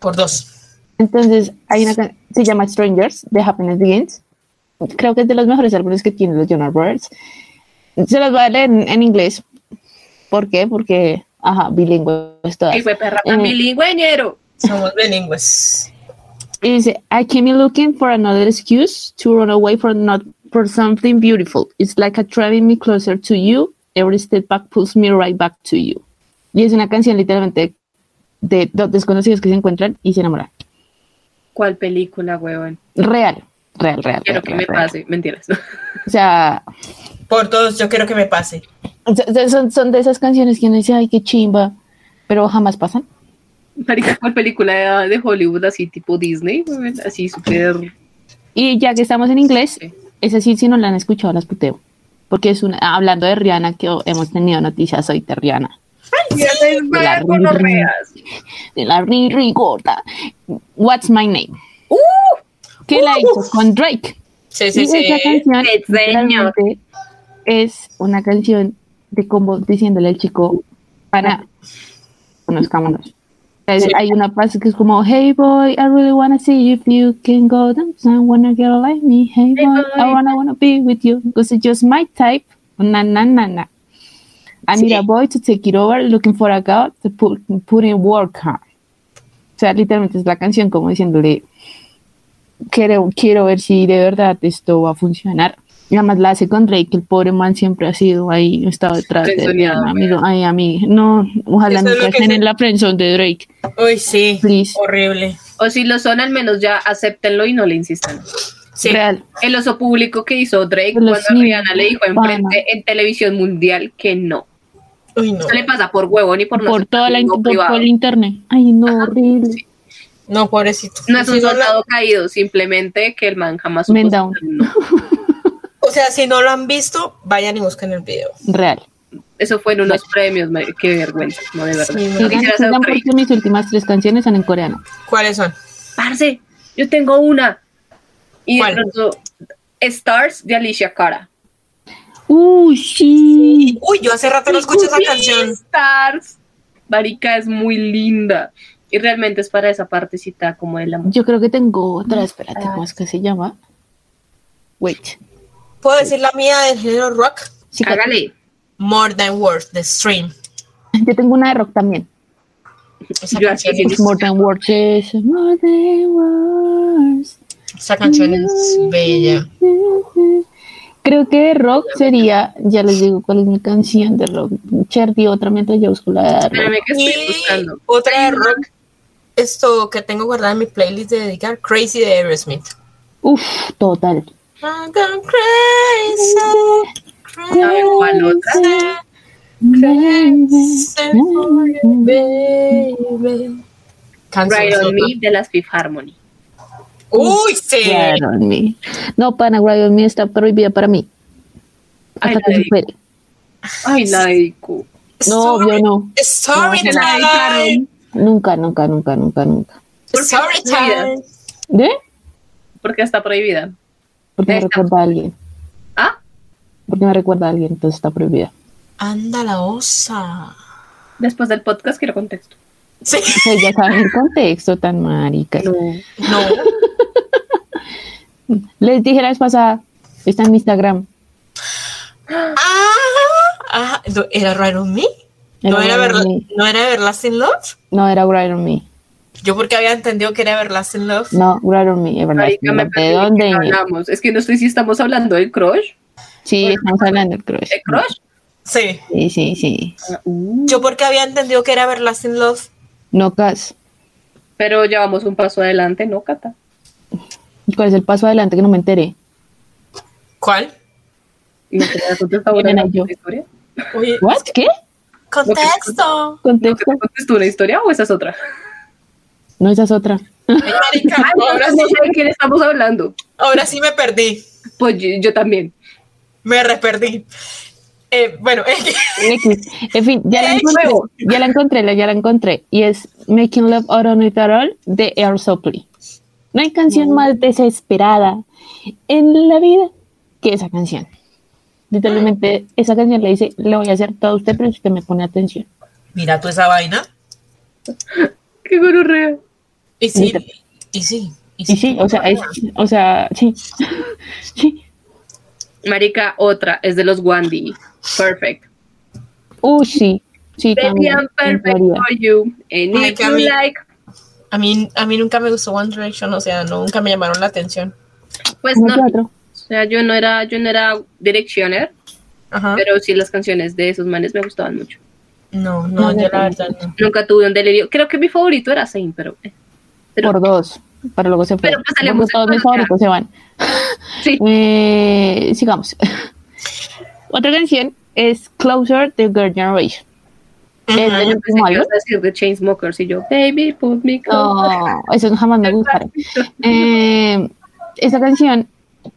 Por dos.
Entonces, hay una can- se llama Strangers, de Happiness Begins. Creo que es de los mejores álbumes que tienen los Jonas Brothers. Se los voy a leer en, en inglés. ¿Por qué? Porque, ajá, bilingüe es todas.
Ay, güey, perra,
Eh.
bilingüeñero.
Somos bilingües.
Y dice, I came in looking for another excuse to run away from not for something beautiful. It's like attracting me closer to you. Every step back pulls me right back to you. Y es una canción literalmente de dos desconocidos que se encuentran y se enamoran.
¿Cuál película, huevón?
Real, real, real.
Quiero
real,
que
real,
me
real.
pase. Mentiras. <laughs>
O sea,
Por dos, yo quiero que me pase.
so- so- son, son de esas canciones que uno dice, ay, qué chimba, pero jamás pasan.
Marica, ¿cuál película de- de Hollywood así tipo Disney? huevón? Así súper...
Y ya que estamos en inglés,
Sí.
es así, si no la han escuchado, las puteo. Porque es una, hablando de Rihanna, que oh, hemos tenido noticias hoy de Rihanna.
Ya les voy a
La-
dar gonorreas.
de la Riri Gorda. What's My Name. que la hizo con Drake.
¡Uh! Sí,
Y
sí,
esa
sí.
canción
Sí, señor.
literalmente es una canción de como diciéndole al chico para conozcámonos. Es-
Sí.
Hay una frase que es como Hey boy, I really wanna see you if you can go down I wanna get like me
Hey,
Hey boy, I
boy.
wanna wanna be with you Because it's just my type Na na na na I need a boy to take it over Looking for a girl to put, put in work huh? O sea, literalmente es la canción como diciéndole quiero, quiero ver si de verdad esto va a funcionar. Y además la hace con Drake, el pobre man siempre ha sido ahí, estaba detrás de
Frenzoneado,
Rihanna, amigo, ay, amigo, no, ojalá
Eso es
nunca
lo que
estén
se-
en la prensón de Drake,
Uy, sí.
please,
Horrible.
O si lo son, al menos ya acéptenlo y no le insistan.
Sí.
real.
El oso público que hizo Drake
Los
cuando
niños,
Rihanna le dijo en,
pana.
frente, en televisión mundial que no.
Uy, no.
Eso le pasa por huevo ni por no
Por
ser
toda la
amigo
por
privado.
todo el internet. Ay, no, horrible.
No, pobrecito.
No es un
Si no la-
soldado caído, simplemente que el man jamás supo
Men
ser
down.
uno.
o sea, si no lo han visto, vayan y busquen el video.
Real.
Eso fue en unos premios, madre, qué vergüenza, no de verdad.
Sí,
No
Pero
Sigan,
quisiera ser
sigan
Drake.
porque mis últimas tres canciones son en coreano.
¿Cuáles son?
Parce, yo tengo una. Y de
¿Cuál?
pronto, Stars de Alicia Cara.
Uy, sí.
Uy, yo hace rato no escucho esa
Sí,
canción.
Stars. Marica es muy linda. Y realmente es para esa partecita como de la
Yo creo que tengo
Mm,
otra, espérate,
ah.
¿cómo es que se llama? Wait.
¿Puedo decir la mía del género rock?
Sí,
Hágale.
More Than Words, The Stream.
yo tengo una de rock también.
Esa
Yo
canción,
así,
es,
It's more than words. It's more than words.
esa canción es bella.
Creo que de rock sería, ya les digo cuál es mi canción de rock. Cher di otra mientras yo busco la de rock.
Espérame que estoy
Y
buscando.
otra de rock, esto que tengo guardada en mi playlist de dedicar, Crazy de Aerosmith.
Uf, total.
I go crazy,
A ver, ¿cuál otra?
crazy, crazy
Mm.
for you, baby.
Ride on
Canción.
Me de las Fifth Harmony.
Uy,
Eh,
sí.
Ride on me. No, pana, Ride on me está prohibida para mí.
Ay,
Hasta que
la
se
de-
supere.
Ay, la dedico.
No,
Sorry-
obvio no.
Sorry
No, se la
time.
dedicaron.
Nunca, nunca, nunca, nunca, nunca.
¿Por qué
Sorry
está prohibida?
time.
¿De?
Porque está prohibida.
Porque me
Esta.
recuerda a alguien.
¿Ah?
Porque me recuerda a alguien, entonces está prohibida.
Anda la osa.
Después del podcast quiero contexto.
Sí.
Pues ya saben el contexto tan marica.
No. <laughs>
Les dije la vez pasada, está en mi Instagram.
Ah, ah, no, ¿Era Ride on Me? ¿No era,
Ride
verla,
on Me.
¿No era Everlasting Love?
No, era Ride on Me.
Yo porque había entendido que era Everlasting
Mm.
Love.
No, Ride on Me, es verdad.
Marica, me perdí
¿De
de
dónde?
qué hablamos. Es que no estoy si estamos hablando del crush.
Sí, estamos hablando del crush.
¿El crush?
Sí.
Sí, sí, sí.
Ah, uh.
Yo porque había entendido que era Everlasting Love.
No, Cas,
Pero llevamos un paso adelante, ¿no, Cata?
¿cuál es el paso adelante que no me enteré?
¿Cuál?
¿Y no te la contestado
Bien,
una
yo.
historia?
Oye,
¿What? ¿Qué?
contexto.
¿No que
¿Contexto?
te contestó una historia o esa es otra?
No, esa es otra.
Ay, marica,
<laughs> Ay, no,
ahora,
no
sí,
sé de quién estamos hablando.
ahora sí me perdí.
Pues yo, yo también.
Me reperdí. Eh, bueno,
X. En fin, ya la
X.
encontré. Ya la encontré, la- ya la encontré. Y es Making Love Out on It At All de Air Supply. No hay canción más desesperada en la vida que esa canción. Literalmente, esa canción le dice, le voy a hacer todo a usted, pero si usted me pone atención.
<laughs> mira tú esa vaina.
¡Qué gonorrea!
Y sí, y sí.
Y sí, o sea, es- o sea, sí. sí.
Marica, otra. Es de los Wandy. Perfect.
Uh, sí. Sí,
Baby,
también.
I'm perfect
entraría.
for you. And
Ay,
if
que a
you
mí-
like,
A mí, a mí nunca me gustó One Direction, o sea, nunca me llamaron la atención.
pues
Uno
no.
que otro.
O sea, yo no era, yo no era directioner,
Ajá.
pero sí las canciones de esos manes me gustaban mucho.
No,
No,
no, yo
no,
la
no.
verdad no.
Nunca tuve un delirio. Creo que mi favorito era Zayn, pero eh, Pero-
por dos, pero luego se fue.
Pero pues
Porque
salimos
todos mis
con otra.
favoritos se van.
<laughs> Sí.
Eh, sigamos. <laughs> Otra canción es Closer de Girl Generation. Es
Ajá.
del
yo pensé
último
que
álbum.
ibas a decir The Chainsmokers y yo, baby, put me close.
No, eso jamás me gustará. Eh, esa canción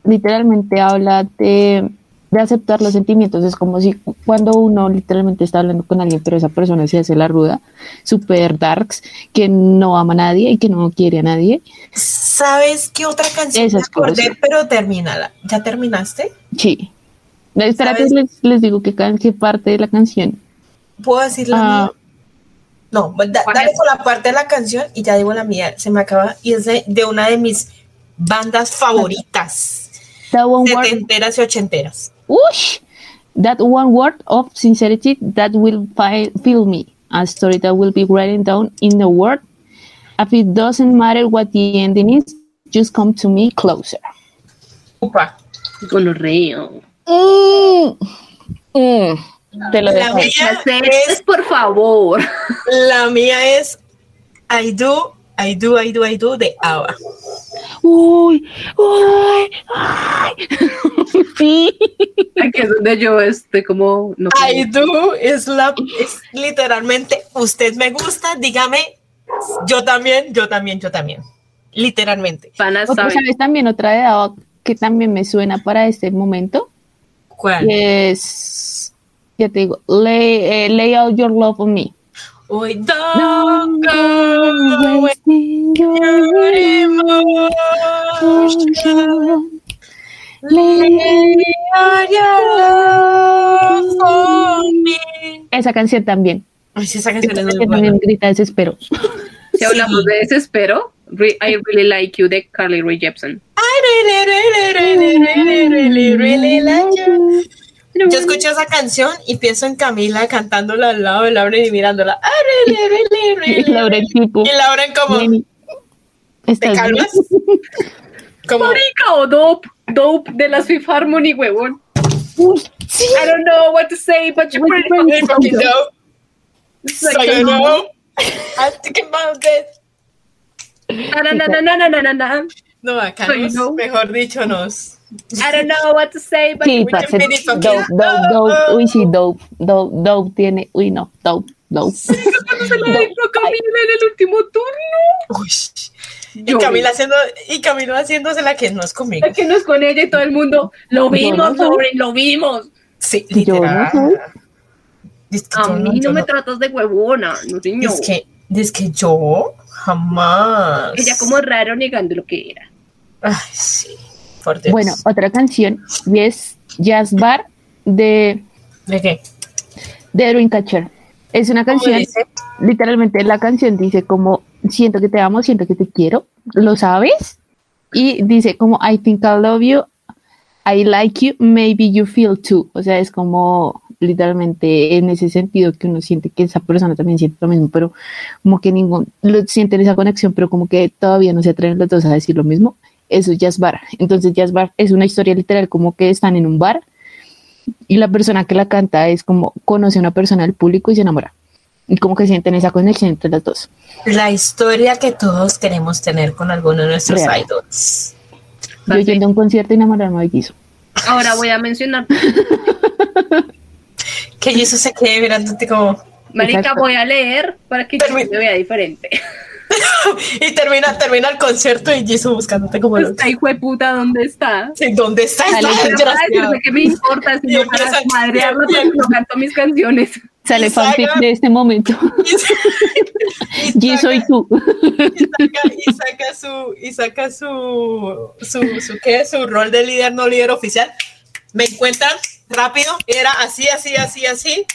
literalmente habla de, de aceptar los sentimientos. Es como si cuando uno literalmente está hablando con alguien, pero esa persona se hace la ruda, super darks, que no ama a nadie y que no quiere a nadie.
¿Sabes qué otra canción
Esa
me
es curiosa.
acordé? Pero termínala. ¿Ya terminaste?
Sí. Espera que
¿Sabes?
les, les digo que can- qué parte de la canción.
¿Puedo decir la
Ah.
mía? No, da-
¿Cuál
dale
es?
con la parte de la canción y ya digo la mía. Se me acaba. Y es de, de una de mis bandas favoritas.
That one word,
Setenteras y ochenteras.
Ush! that one word of sincerity that will fi- fill me, a story that will be written down in the world. If it doesn't matter what the ending is, just come to me closer.
Upa.
Gonorreo.
Mm. Mm. Te lo
La
dejo. ahí.
mía
Es,
es,
por
<laughs>
favor.
la mía es I do, I do, I do, I do de Ava.
Uy, uy, ay. <laughs> sí.
Aquí es donde yo estoy como, no,
I do es la es literalmente usted me gusta, dígame yo también, yo también, yo también. Literalmente.
panas
Otra,
saben.
pues, ¿Sabes también otra de ABBA que también me suena para este momento?
¿Cuál?
es, ya te digo, lay, eh, lay out your love on me.
Uy,
No,
don't go with
wasting
your
your
emotion.
emotion. Lay-
Are your love for me?
Esa canción también.
Ay, sí, esa canción
Esa
es muy
canción
buena.
también grita desespero.
Si hablamos de desespero, re- I Really Like You de Carly Rae Jepsen.
Yo escucho esa canción y pienso en Camila cantándola al lado de Lauren y mirándola. Ay, really, really, really,
Y
really.
Laura el tipo.
Y Lauren como,
Neni,
¿te
¿estás bien?
calmas? Como,
Marica o Dope, Dope de las Fifth Harmony, huevón.
Uy, sí.
I don't know what to say, but you're pretty
"Hey, fucking dope, so you know, I'm thinking about this".
Na, na, na, na, na, na, na, na, na.
No, acá
Soy
nos,
yo.
mejor dicho, nos
I don't know what to say, but
Sí,
Uy,
parce,
qué pereza,
dope,
qué-
dope,
ah.
dope. Uy, sí, dope, dope, dope tiene. Uy, no, dope, dope.
se la dejó a Camila en el último turno.
Uy, y Camila haciendo, y Camilo haciéndose la que no es conmigo.
La que nos con ella y todo el mundo. Lo vimos,
no sé.
sobre, lo vimos.
Sí,
Yo
literal.
no
Dice que
A
yo
mí
yo
no me tratas de huevona, no señor.
Dice que, dice que yo jamás.
Ella como raro negando lo que era.
Ay, sí, por Dios.
Bueno, otra canción y es Jazz Bar de,
¿de qué?
de Dreamcatcher. Es una
¿Cómo
canción,
dice?
literalmente la canción dice como siento que te amo, siento que te quiero, ¿lo sabes? Y dice como I think I love you, I like you, maybe you feel too. O sea, es como literalmente en ese sentido que uno siente que esa persona también siente lo mismo, pero como que ningún, lo, sienten esa conexión, pero como que todavía no se atreven los dos a decir lo mismo. Eso es Jazz Bar. Entonces Jazz Bar es una historia literal como que están en un bar y la persona que la canta es como conoce a una persona del público y se enamora. Y como que sienten esa conexión entre las dos.
La historia que todos queremos tener con alguno de nuestros
Real.
idols.
Yo
Perfecto.
yendo a un concierto y enamorarme de Jisoo.
Ahora voy a mencionar.
Que Jesús se quede mirándote como.
Marica,
Exacto.
voy a leer para que
Permi-
yo me vea diferente.
Y termina, termina el concierto y Jesús buscándote como. loco.
<laughs> Esta hijo de puta, ¿dónde está?
Sí, ¿Dónde está esta
Dale,
Ay,
desgraciada?
pero ¿Qué me importa si
Y
no
empieza-
para madrearlo porque no canto mis canciones?
Sale
Saga.
fanfic de este
<laughs>
momento.
Y se- y
Jisoo
saca-
y tú.
y saca- y saca su y saca su su su qué su rol de líder no líder oficial me encuentran rápido era así así así así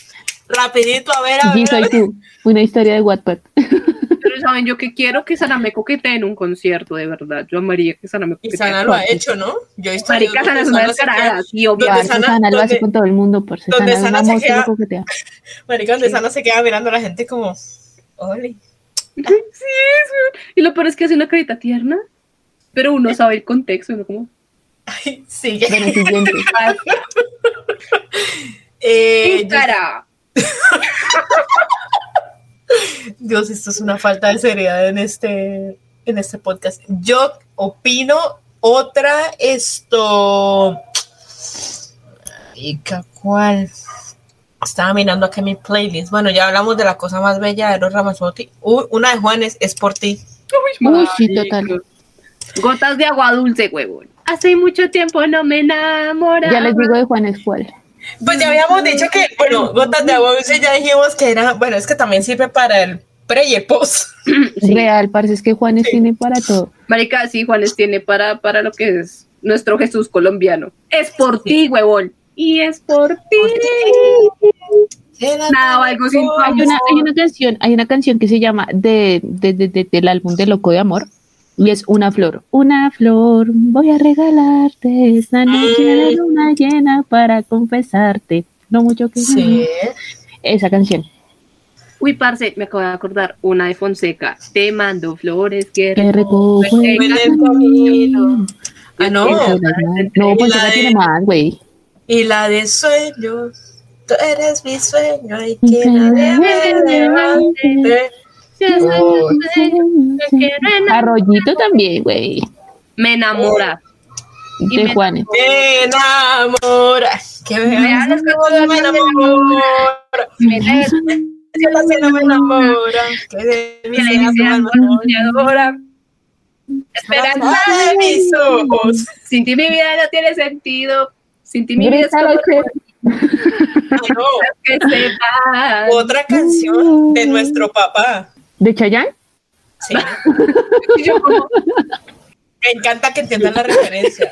rapidito a ver a ver,
Jisoo
a
y
ver.
tú. Una historia de Wattpad.
Pero saben, yo que quiero que Sana me coquetee en un concierto, de verdad. Yo amaría que Sana me
y
coquetee.
Sana lo ha hecho no yo he visto
Marica,
videos
Sana
donde
es una
se queda-
descarada, sí, obvio.
Donde
Parce,
Sana-
Sana lo hace
donde-
con todo el mundo. Por Sana
donde
es
Sana
una
se
monstruo,
queda-
lo coquetea.
marica donde Sana se queda mirando a la gente como ole
Sí, sí. Y lo peor es que hace una carita tierna, pero
Eh,
uno sabe el contexto, uno como...
ay, sigue
Bueno, siguiente.
"Ah,
Eh,
¡qué cara!
Dios, esto es una falta de seriedad en este, en este podcast. Yo opino otra, esto... Marica, ¿cuál? Estaba mirando acá mi playlist. Bueno, ya hablamos de la cosa más bella de los Ramazotti. Uy, una de Juanes es por ti.
Uy, sí, total.
Gotas de agua dulce, huevón. Hace mucho tiempo no me enamoraba.
Ya les digo de Juan Escuela.
Pues ya habíamos dicho que, bueno, Gotas de Agua Dulce ya dijimos que era, bueno, es que también sirve para el pre y el post.
Sí.
Real, parce, es que Juanes tiene para todo.
Marica, sí, Juanes tiene para, para lo que es nuestro Jesús colombiano. Es por ti, huevón. Y es por ti. Nada, o algo sin tu
Hay una, hay una canción, hay una canción que se llama de, de- de- de- del álbum de Loco de Amor y es Una Flor. Una flor voy a regalarte esta noche de luna llena para confesarte lo mucho que me
Sí.
esa canción.
Uy, parce, me acabo de acordar una de Fonseca. Te mando flores que
Que recojo
en
en
el camino. Ah, no.
Eso, No, pues
La
esa
de-
tiene más, güey.
Y la de sueño, tú eres mi sueño, hay
Y
quien la debe de
que-
verte.
Ah, Arroyito también, güey.
Me enamora. Y
De
me-
Juanes.
Me enamora, que vean
Vean
las
las
cosas me
cosas, me
enamora,
Me des-
que la cena me enamora, que de
me
mi
le
cena me
desean
enamora.
anunciadora. Esperanza
de mis ojos.
Sin ti mi vida no tiene sentido. Sin ti mi vida es
Grita
como
la che-
Ah, no,
que se va.
Otra canción de nuestro papá.
¿De Chayanne?
Sí,
Y yo como,
me encanta que entiendan la referencia.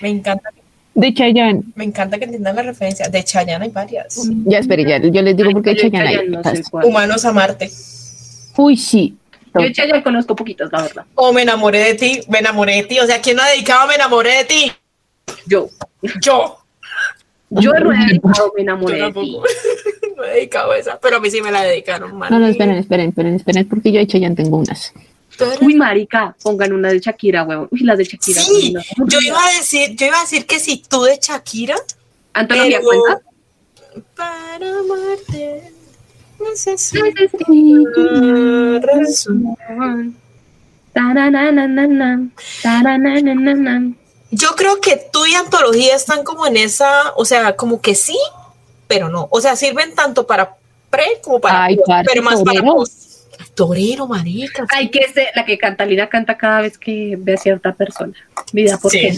Me encanta,
De Chayanne.
me encanta que entiendan la referencia. De Chayanne hay varias.
Ya, espere, ya, yo les digo porque
yo
Chayanne
Chayanne
hay.
no sé cuál.
Humanos a Marte.
Uy, sí.
Yo Chayanne conozco poquitos, la verdad.
O me enamoré de ti, me enamoré de ti. O sea, ¿quién no ha dedicado a me enamoré de ti?
Yo.
Yo. <laughs>
Yo no he dedicado, me enamoré
Yo
de ti.
tampoco. no he dedicado esa, pero a mí sí me la dedicaron, man.
No, no, esperen, esperen, esperen, esperen, porque yo de Chayanne tengo unas.
Uy, marica, pongan una de Shakira, huevón. Uy, las de Shakira.
Sí,
son una-
yo iba a decir, yo iba a decir que si tú de Shakira,
Antología
pero-
cuenta.
para amarte necesito razón.
Tarananananan, tarananananan,
Yo creo que tú y antología están como en esa, o sea, como que sí, pero no. O sea, sirven tanto para pre como para
Ay,
post,
parce,
pero más para
torero.
post. Torero, marica.
Ay, que es de- la que canta, Lina canta cada vez que ve a cierta persona. Vida, ¿por
Sí.
qué?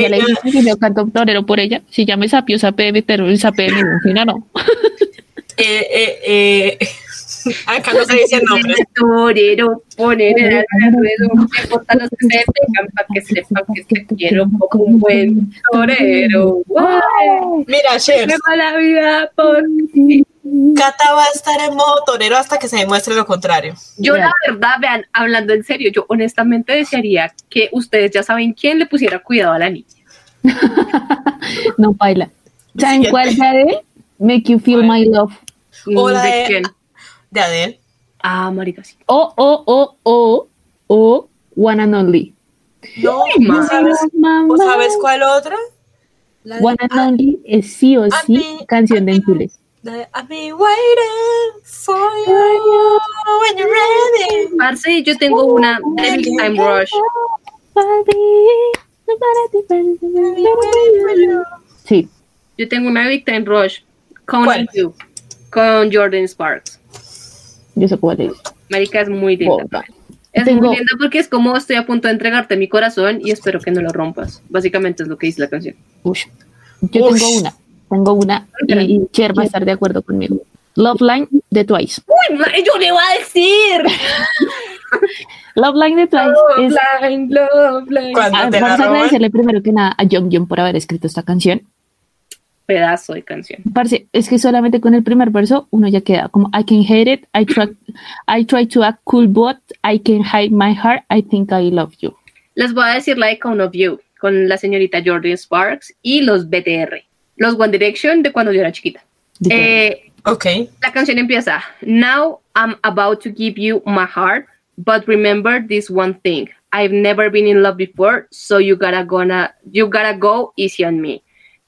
Ya le dije que yo canto torero por ella. Si ya me sapió, sapéme, pero el sapéme, no, si no, no.
Eh, eh, <laughs> eh. Acá no se dice nombres.
Torero, poner el alma en ruedo, me importa los que se pegan, pa' que sepan que te quiero como un buen torero. Guay,
Mira, Cher,
me va la vida por ti.
Cata va a estar en modo torero hasta que se demuestre lo contrario.
Yo, la verdad, vean, hablando en serio, yo honestamente desearía que ustedes ya saben quién le pusiera cuidado a la niña.
No baila. ¿Saben
Siguiente.
cuál es la de él? Make you feel my love.
O la de-
quién?
De Adele.
Ah, marica, sí.
O, o, o, o, o, one and only.
No, ¿no
ma.
sabes, ¿o
Mamá.
sabes cuál otra? La de-
One and Only es sí o
A
sí
mí-
canción de
a mí-
Enchules.
la de, I've been waiting for you when you're ready.
Parce, yo tengo una Oh, de Big Time Rush.
Sí,
Yo tengo una de Big Time Rush con
¿Cuál?
You, con Jordan Sparks.
yo sé cuál es.
Marica es muy linda.
Boba.
Es
Tengo-
muy linda porque es como estoy a punto de entregarte mi corazón y espero que no lo rompas. Básicamente es lo que dice la canción.
Ush. Yo
Ush.
tengo una, tengo una y, y Cher va a estar de acuerdo conmigo. Love Line de Twice.
¡Uy, madre, yo le iba a decir!
Love Line de Twice
Love
es...
line, love line.
Cuando
Ah,
te la
vamos a
roban.
agradecerle primero que nada a Jung Jung por haber escrito esta canción.
Pedazo de canción.
Parce, es que solamente con el primer verso uno ya queda como I can hate it, I try, I try to act cool but I can hide my heart, I think I love you.
Les voy a decir la de Count of You con la señorita Jordan Sparks y los BTR. Los One Direction de cuando yo era chiquita. Eh,
Ok.
La canción empieza. Now I'm about to give you my heart, but remember this one thing. I've never been in love before, so you gotta gonna you gotta go easy on me.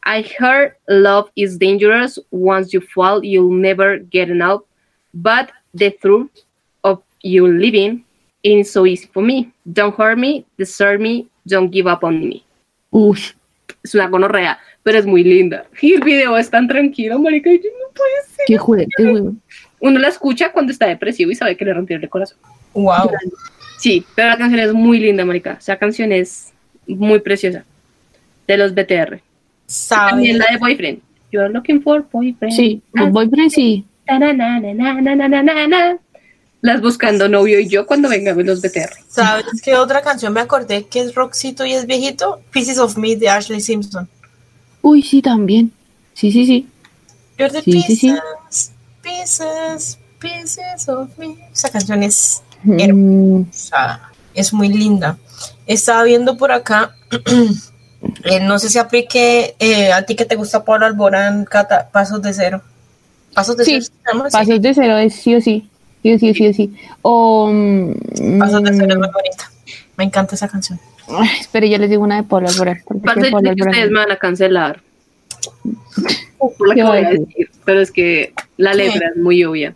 I heard love is dangerous. Once you fall, you'll never get up. But the truth of you living isn't so easy for me. Don't hurt me, desert me, don't give up on me.
Ush.
Es una gonorrea, pero es muy linda. <laughs> Y el video es tan tranquilo, marica, yo no puedo ser.
Qué juguete, weón.
Uno la escucha cuando está depresivo y sabe que le rompieron el corazón.
Wow.
Sí, pero la canción es muy linda, marica. O sea, la canción es muy preciosa. De los BTR. También
Sabe.
la de Boyfriend. You are looking for boyfriend.
Sí, con Boyfriend sí.
Ta-na-na-na-na-na-na-na-na. Las buscando novio y yo cuando vengamos los BTR.
¿Sabes qué otra canción me acordé que es rockcito y es viejito? Pieces of Me de Ashley Simpson.
Uy, sí, también. Sí, sí, sí.
You're the
Sí, sí,
pieces,
sí.
pieces, pieces of me. Esa canción es Pero-
Mm,
hermosa, es muy linda. Estaba viendo por acá, <clears throat> eh, no sé si aplique eh, a ti que te gusta Pablo Alborán, Cata, Pasos de Cero. Pasos de
Sí,
Cero, se llama? Sí,
Pasos de cero es sí o sí. Sí o sí, sí o sí. O, mm,
Pasos de Cero es muy bonita. Me encanta esa canción.
ay, espere, yo les digo una de Pablo Alborán. porque es que
Aparte, yo
Pablo
sé que ustedes me
Alborán-
van a cancelar. Por la
¿Qué
que voy
va
a
a decir?
decir. Pero es que la letra es muy obvia.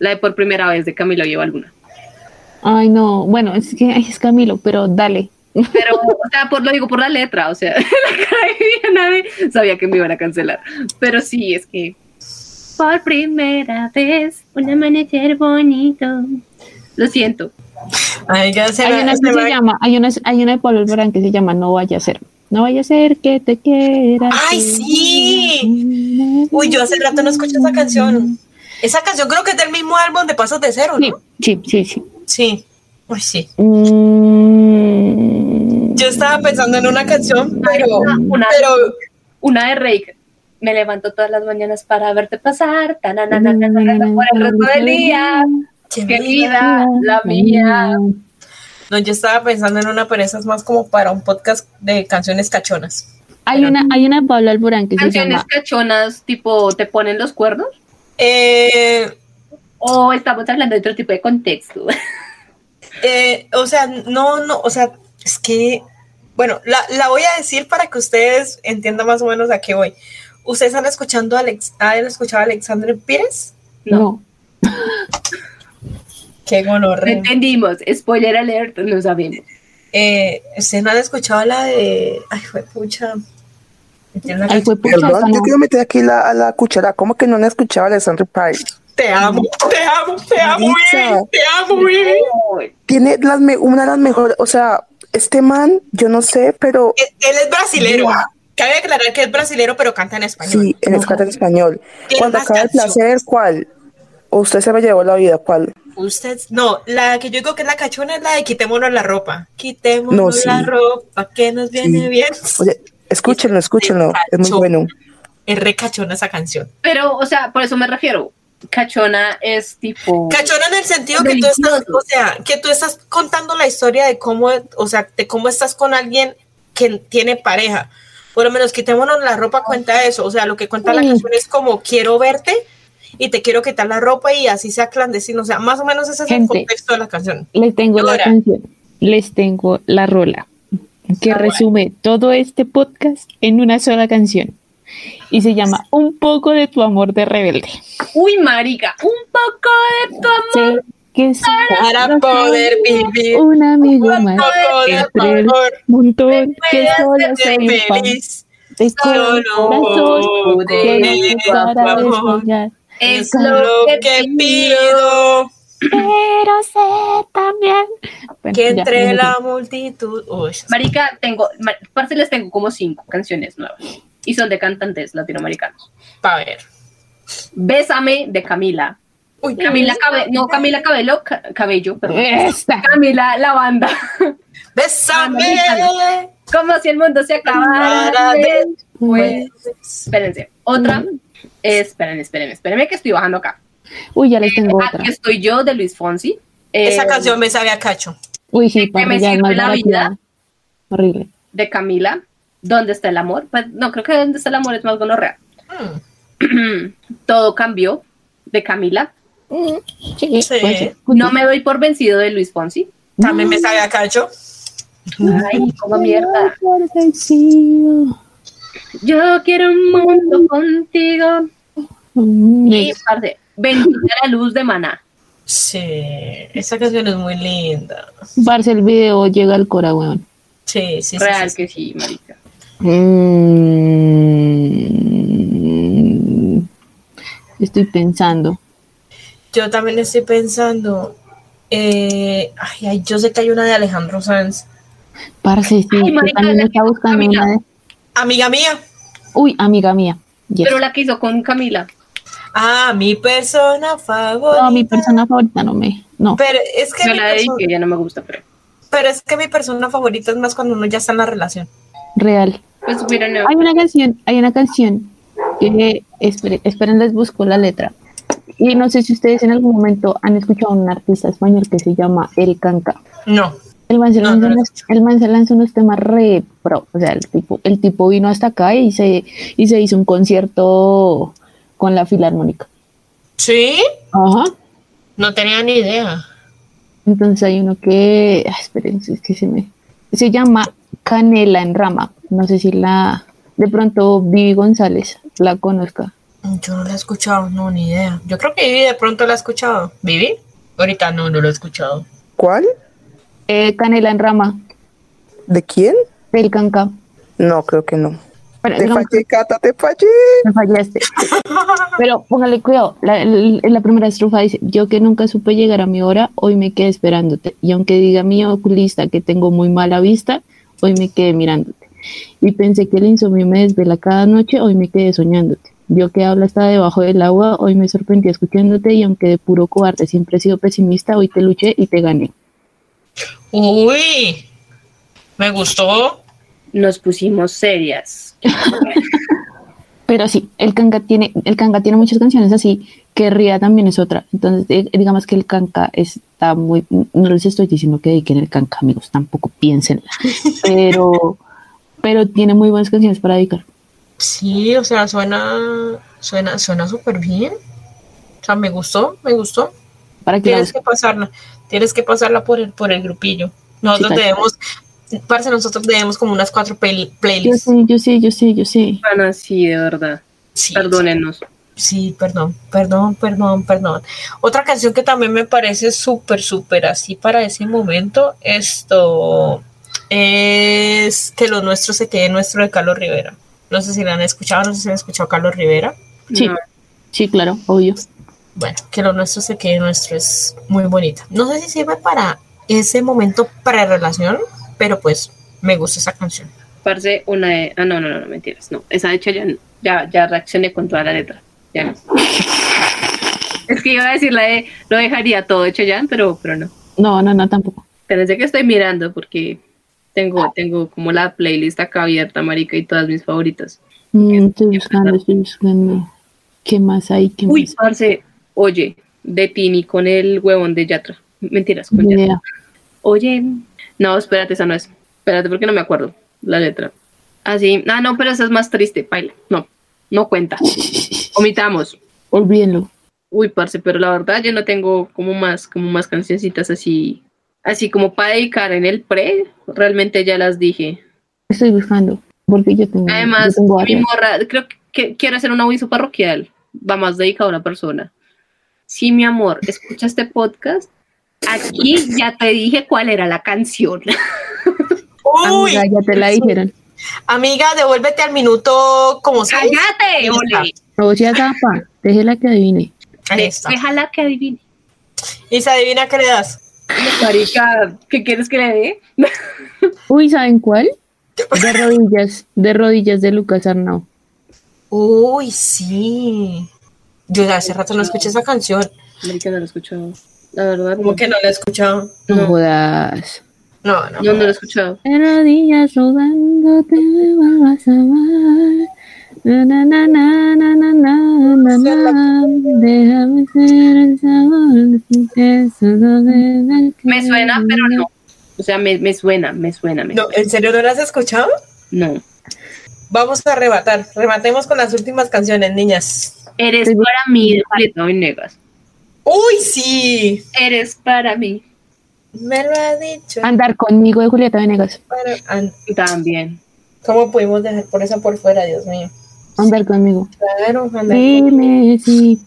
La de por primera vez de Camilo lleva alguna.
Ay, no. Bueno, es que ay, es Camilo, pero dale.
Pero, o sea, por, lo digo por la letra, o sea, <laughs> la cara de Diana de- sabía que me iban a cancelar. Pero sí, es que. Por primera vez, un amanecer bonito. Lo siento.
Ay, ya se
hay
me-
una
se
que
me-
se llama, hay una, hay una de Pablo Alborán que se llama No vaya a ser. No vaya a ser que te quiera.
¡Ay, sí! Uy, yo hace rato no escucho esa canción. Esa canción creo que es del mismo álbum de Pasos de Cero,
Sí,
¿no?
sí, sí, sí.
Sí. Uy, sí.
Mm,
Yo estaba pensando en una canción, pero...
Una,
Pero
una de Reik. Me levanto todas las mañanas para verte pasar. tanananananana, Por el resto del día. Querida, la mía.
No, yo estaba pensando en una, pero esa es más como para un podcast de canciones cachonas.
Hay una, hay una de Pablo Alborán que se
Canciones
llama
cachonas, tipo, ¿te ponen los cuernos?
Eh,
O estamos hablando de otro tipo de contexto. <laughs>
eh, o sea, no, no, o sea, es que, bueno, la, la voy a decir para que ustedes entiendan más o menos a qué voy. ¿Ustedes han escuchando a Alex, han escuchado a Alexander Pires?
No.
No.
Qué
No
gonorrea.
entendimos. Spoiler alert, no sabemos.
Eh, ¿Ustedes no han escuchado la de. Ay, fue pucha.
Ay, fue pucha,
Perdón,
esa
yo
no.
quiero meter aquí la, a la cuchara. ¿Cómo que no han escuchado a Alessandro Price?
Te amo, te amo, te amo,
Dicha.
Vivi, te amo, Vivi.
Tiene las me- una de las mejores. O sea, este man, yo no sé, pero
Él, él es brasilero. Cabe aclarar que es brasilero, pero canta en español.
sí, en escala en español.
Tiene
Cuando
más
acaba el
canción.
placer, ¿cuál? ¿O usted se me llevó la vida? ¿Cuál?
Usted, no, la que yo digo que es la cachona es la de quitémonos la ropa. Quitémonos
No, sí.
la ropa, que nos viene
Sí.
bien.
Oye, escúchenlo,
Este,
escúchenlo. Es muy bueno.
Es re cachona esa canción.
Pero, o sea, por eso me refiero. Cachona es tipo.
Cachona en el sentido que tú estás, o sea, que tú estás contando la historia de cómo, o sea, de cómo estás con alguien que tiene pareja. Por lo menos quitémonos la ropa cuenta eso. O sea, lo que cuenta la canción es como quiero verte y te quiero quitar la ropa y así sea clandestino. O sea, más o menos ese es el
Gente.
contexto de la canción.
Les tengo
Ahora.
la canción, les tengo la rola, que
Ah, bueno.
resume todo este podcast en una sola canción. Y se llama Un poco de tu amor de rebelde.
Uy, marica, un poco de tu amor.
Sé que sí,
Para poder vivir.
un amigo
Un
más,
poco de
entre el
amor
montón que
puede
solo
hacerte
se infan,
feliz.
de
Solo
corazón
poder
que no se para
amor.
despegar.
Es lo que pido.
pido.
pero sé también Bueno,
Que
ya,
entre
no sé.
la multitud. Uy,
Marica, tengo. mar- Parce, les tengo como cinco canciones nuevas. Y son de cantantes latinoamericanos.
para ver.
Bésame de Camila.
Uy,
Camila Eh. Cabello. No, Camila Cabello. Ca- Cabello, perdón.
Esta.
Camila, la banda. <laughs>
Ah,
Bésame.
Como si el mundo se acabara.
Para
después. Espérense. Otra. eh, Espérenme, espérenme, espérenme que estoy bajando acá.
Uy, ya les tengo otra.
Aquí Ah, estoy yo de Luis Fonsi. Eh,
Esa canción me sabe a cacho.
Uy, sí,
que
para
me
ya es
sirve
más
la
barateada. Horrible.
de Camila. ¿Dónde está el amor? Pues, no, creo que ¿Dónde está el amor? es más gonorrea.
Mm,
<clears throat> Todo cambió de Camila.
Sí,
Sí.
puede ser.
No me doy por vencido de Luis Fonsi.
También me sabe a cacho.
Ay, como mierda.
Ay, pues, sí.
Yo quiero un mundo contigo.
Mm,
Y parte, bendita la luz de
<laughs>
Maná.
Sí, esa canción es muy linda.
Parce, el video llega al cora, weón.
Sí, sí, sí.
Real
sí.
que sí, marica.
Mm. Estoy pensando.
Yo también estoy pensando. eh, ay, ay, yo sé que hay una de Alejandro Sanz.
Parce, sí,
Ay,
yo
marica,
también
la
está
que-
buscando
amiga.
una de-
Amiga mía.
Uy, amiga mía. Yes.
Pero la que hizo con Camila.
Ah, mi persona favorita.
No, mi persona favorita no me. No.
Pero es que
Yo
mi
la
perso-
dediqué, ya no me gusta, pero.
pero es que mi persona favorita es más cuando uno ya está en la relación.
Real.
Pues hubiera no.
Hay una canción, hay una canción que esperen, esperen, les busco la letra. Y no sé si ustedes en algún momento han escuchado a un artista español que se llama El Canca.
No.
El man se
No,
lanza,
no lo he
unos, el man se lanza unos temas re pro. O sea, el tipo, el tipo vino hasta acá y se, y se hizo un concierto con la filarmónica.
¿Sí?
Ajá.
No tenía ni idea.
Entonces hay uno que. ah, esperen, es que se me. Se llama Canela en Rama. No sé si la. De pronto Vivi González la conozca.
Yo no la he escuchado, no, ni idea. Yo creo que Vivi de pronto la ha escuchado. ¿Vivi? Ahorita no, no lo he escuchado.
¿Cuál?
Eh, Canela en Rama.
¿De quién?
del canca.
No, creo que no.
Bueno,
Te
digamos
fallé, Cata, te fallé.
que me fallaste. Pero póngale cuidado. La, el- en la primera estrofa dice: Yo que nunca supe llegar a mi hora, hoy me quedé esperándote. Y aunque diga mi oculista que tengo muy mala vista, hoy me quedé mirándote. Y pensé que el insomnio me desvela cada noche, hoy me quedé soñándote. Yo que habla hasta debajo del agua, hoy me sorprendí escuchándote. Y aunque de puro cobarde siempre he sido pesimista, hoy te luché y te gané.
Uy, me gustó.
Nos pusimos
<laughs>
serias.
Pero sí, el Kanka tiene, el Kanka tiene muchas canciones así, que Ría también es otra. Entonces, eh, digamos que el Kanka está muy, no les estoy diciendo que dediquen el Kanka, amigos, tampoco piensen.
<laughs>
Pero, pero tiene muy buenas canciones para dedicar.
Sí, o sea, suena, suena, suena súper bien. O sea, me gustó, me gustó.
Para que la
Tienes
busquen.
que pasarla, tienes que pasarla por el, por el grupillo. Nosotros
Sí, tal
debemos, parce, nosotros debemos como unas cuatro pel-
Yo
playlists.
sé, yo sé, yo sé, yo sé.
Bueno, sí, de verdad.
Sí,
Perdónenos.
Sí, perdón, perdón, perdón, perdón. Otra canción que también me parece súper, súper así para ese momento, esto, es que lo nuestro se quede nuestro de Carlos Rivera. No sé si la han escuchado, no sé si han escuchado a Carlos Rivera.
Sí,
No.
sí, claro, obvio.
Bueno, que lo nuestro se quede nuestro es muy bonita. No sé si sirve para ese momento para relación, pero pues me gusta esa canción.
Parce, una de... Ah, no, no, no, no, mentiras. No, esa de hecho ya, no. ya, ya reaccioné con toda la letra. Ya no. Es que iba a decir la de lo dejaría todo hecho ya, pero, pero no.
No, no, no, tampoco.
Pensé que estoy mirando porque tengo, tengo como la playlist acá abierta, marica, y todas mis favoritas.
Mm, estoy buscando, estoy buscando. ¿Qué más hay? ¿Qué
Uy,
más?
parce, oye, de Tini con el huevón de Yatra. Mentiras, con
Ni
Yatra.
idea.
Oye, no, espérate, esa no es. Espérate, porque no me acuerdo la letra. Así, ah, no, pero esa es más triste, paila. No, no
<laughs>
cuenta. Omitamos.
Olvídenlo.
Uy, parce, pero la verdad yo no tengo como más, como más cancioncitas así, así como para dedicar en el pre, realmente ya las dije.
Estoy buscando. Porque yo tengo.
Además,
Mm, yo tengo
mi
varias.
morra, creo que, que quiero hacer un aviso parroquial, va más dedicado a una persona. Sí, mi amor, escucha este podcast. Aquí ya te dije cuál era la
<laughs>
canción.
Uy,
Amiga, ya te la dijeron.
amiga, devuélvete al minuto como seis.
¡Cállate, ole!
O sea, zapa, déjela que adivine.
Ahí está.
Déjala que adivine.
Y se adivina qué le das.
Marica, ¿qué quieres que le dé?
Uy, ¿saben cuál? De rodillas, de rodillas de Lucas Arnau.
Uy, sí. Yo de hace rato no escuché esa canción.
Marica, no lo he escuchado. La verdad,
Como que no la he escuchado.
No,
No.
jodas.
No, no.
no, no lo he escuchado.
De rodillas rodando te me vas a amar. Na, na, na, na, na, na, na, na, na. Déjame ser el sabor que solo de la
Me suena, pero no. O sea, me, me suena, me suena. Me
No, ¿En serio no la has escuchado?
suena. no.
Vamos a arrebatar. Rematemos con las últimas canciones, niñas.
Eres para mí, de Julieta Venegas.
Uy, sí.
Eres para mí.
Me lo ha dicho.
Andar conmigo de Julieta Venegas.
Para- Ah, an-
También.
¿Cómo pudimos dejar por eso por fuera, Dios mío?
Andar conmigo.
Claro, anda.
Dime si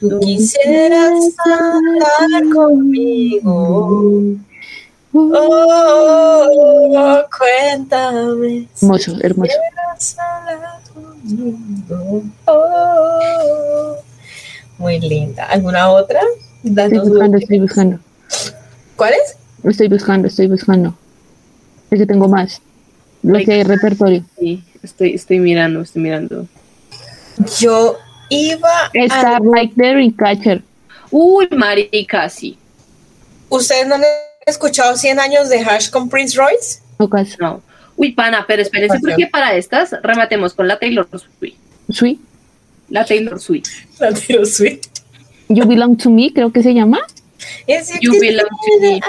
Tú quisieras andar conmigo. Oh, oh, oh, cuéntame. si
Hermoso, hermoso.
quisieras andar conmigo. Oh, Muy linda. ¿Alguna otra?
Estoy
Danos-
buscando, estoy buscando.
¿Cuál es?
Estoy buscando, estoy buscando. Es que tengo más. Lo que hay repertorio.
Sí, estoy, estoy mirando, estoy mirando.
Yo iba a...
Star Like the Ringcatcher.
Uy, marica, sí.
¿Ustedes no han escuchado 100 años de Hash con Prince Royce?
Lucas.
No. Uy, pana, pero espérense porque para estas rematemos con la Taylor Swift.
Sweet.
La Taylor Swift.
La tiro sweet.
You Belong to Me, creo que se llama.
Is it
You belong to me.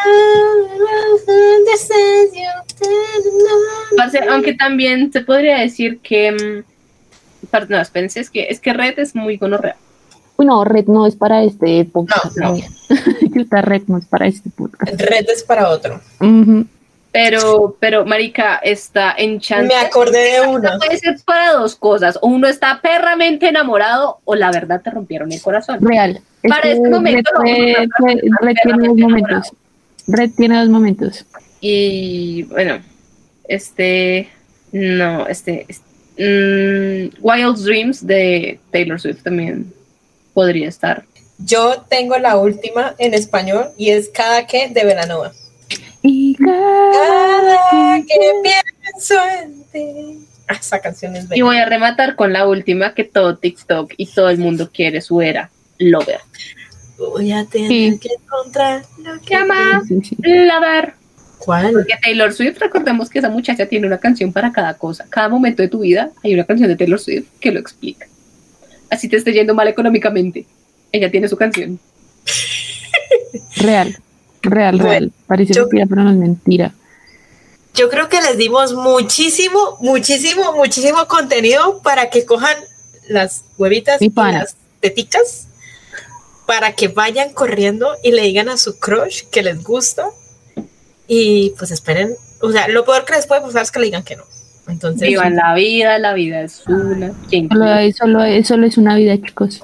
Parce, aunque también se podría decir que. mm, par- No, espérense, es que, es que Red es muy gonorrea.
Uy, no, Red no es para este podcast. <laughs>
No, no.
Está Red no es para este podcast.
Red es para otro.
Ujú.
Pero, pero, Marica, está
Me
enchantada.
acordé de una.
Puede ser para dos cosas. O uno está perramente enamorado, o la verdad te rompieron el corazón.
Real.
Para este momento lo
Red,
vamos a
fue- fue- Red tiene dos momentos. Red tiene dos momentos.
Y bueno, este. No, este. es- mm, Wild Dreams de Taylor Swift también podría estar.
Yo tengo la última en español y es Cada que de Velanova.
Y
Ah.
cada
Cada que pienso en ti. Ah, Esa canción es
Y
bella.
voy a rematar con la última que todo TikTok y todo el mundo quiere su era. Lover.
Voy a tener
Sí.
que encontrar lo que
Llama
Sí, sí.
Lover.
¿Cuál?
Porque Taylor Swift, recordemos que esa muchacha tiene una canción para cada cosa. Cada momento de tu vida hay una canción de Taylor Swift que lo explica. Así te esté yendo mal económicamente. Ella tiene su canción.
Real. Real,
Bueno,
real. Parece
yo-
mentira, pero no es mentira.
Yo creo que les dimos muchísimo, muchísimo, muchísimo contenido para que cojan las huevitas
Mi
y
pana.
las teticas para que vayan corriendo y le digan a su crush que les gusta y pues esperen, o sea, lo peor que les puede pasar es que le digan que no. Entonces,
Vivan la vida, la vida es una. ¿Quién
Solo,
quiere?
hay- solo, hay- solo es una vida, chicos.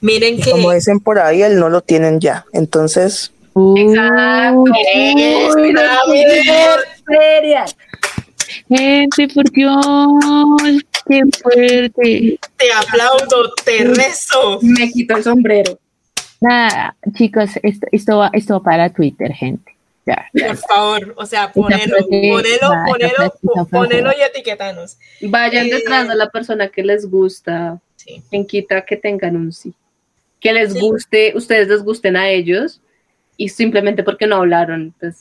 miren que
Como dicen por ahí, el no lo tienen ya. Entonces,
Uy,
Exacto.
uy,
Espera, miren,
feria.
Gente, por Dios, qué fuerte.
Te aplaudo, te rezo.
Me quito el sombrero.
Nada, chicos, esto, esto, va, esto va para Twitter, gente. Ya.
Por favor,
<laughs>
o sea, ponelo,
frase-
ponelo,
va, esa
ponelo,
frase, esa frase.
ponelo y etiquetanos.
Vayan
Eh.
detrás de la persona que les gusta.
Sí.
Quien quita que tengan un sí. Que les
Sí.
guste, ustedes les gusten a ellos. Y simplemente porque no hablaron, pues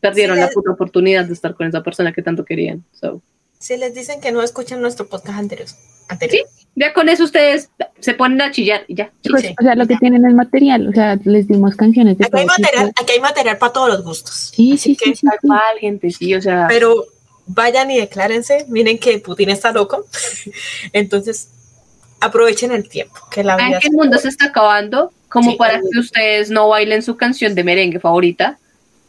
perdieron
Sí,
la
es-
puta oportunidad de estar con esa persona que tanto querían. So,
Si les dicen que no escuchan nuestro podcast anterior.
Sí.
anterior.
ya con eso ustedes se ponen a chillar y ya.
<laughs>
Chicos,
Sí.
o sea, lo que tienen es material, o sea, les dimos canciones de
Aquí hay
todo tipo.
material, aquí hay material para todos los gustos.
Sí, sí,
que
sí, sí,
Tal
sí.
cual, gente, sí, o sea.
Pero vayan y declárense, miren que Putin está loco. <laughs> Entonces, aprovechen el tiempo, que la
¿Saben
vida
que el mundo se está acabando? Como
Sí.
para que ustedes no bailen su canción de merengue favorita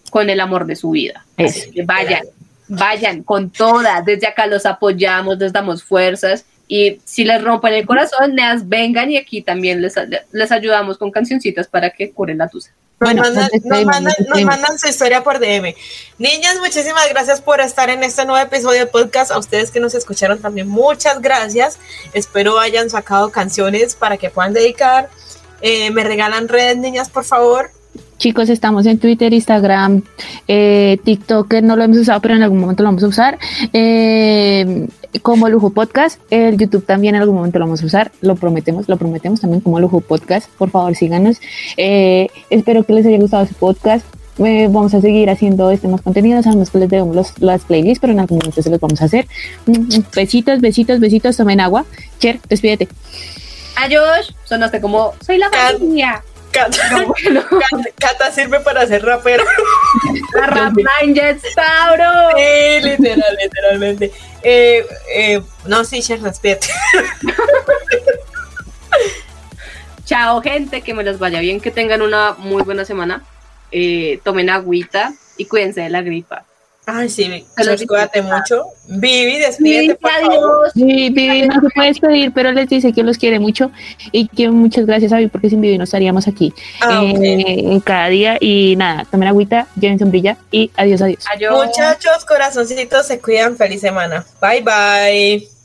con el amor de su vida.
Eso.
Así que vayan, vayan con toda. Desde acá los apoyamos, les damos fuerzas. Y si les rompen el corazón, neas, vengan y aquí también les, les ayudamos con cancioncitas para que curen la tusa.
Nos
Bueno, nos
mandan, nos
despedimos,
mandan-
nos
nos
despedimos.
mandan su historia por DM. Niñas, muchísimas gracias por estar en este nuevo episodio de podcast. A ustedes que nos escucharon también, muchas gracias. Espero hayan sacado canciones para que puedan dedicar. Eh, me regalan redes, niñas, por favor.
Chicos, estamos en Twitter, Instagram, eh, TikTok, que no lo hemos usado, pero en algún momento lo vamos a usar. eh, como Lujo Podcast, el YouTube también en algún momento lo vamos a usar, lo prometemos, lo prometemos también como Lujo Podcast. Por favor, síganos. Eh, espero que les haya gustado este podcast. Eh, vamos a seguir haciendo este más contenido. Sabemos que les debemos los- las playlists, pero en algún momento se los vamos a hacer. Mm, mm, Besitos, besitos, besitos. Tomen agua. Cher, despídete.
Adiós, sonaste como, soy la
Cal-
familia.
Cata, <laughs>
Bueno,
Cata- Cata sirve para ser rapero.
la Rap Ninjas, Tauro.
Sí, literal, literalmente. Eh, eh, no, sí, Cher, respete.
Chao, gente, que me los vaya bien, que tengan una muy buena semana. Eh, tomen agüita y cuídense de la gripa.
Ay, sí,
Se lo
Cher, cuídate mucho. Vivi, despídete, por favor.
adiós.
Sí, Vivi no se puede despedir, pero les dice que los quiere mucho y que muchas gracias a Vivi, porque sin Vivi no estaríamos aquí
Ah, ok.
eh, cada día. Y nada, tomen agüita, lleven sombrilla y adiós, adiós.
Adiós.
Muchachos, corazoncitos, se cuidan. Feliz semana. Bye, bye.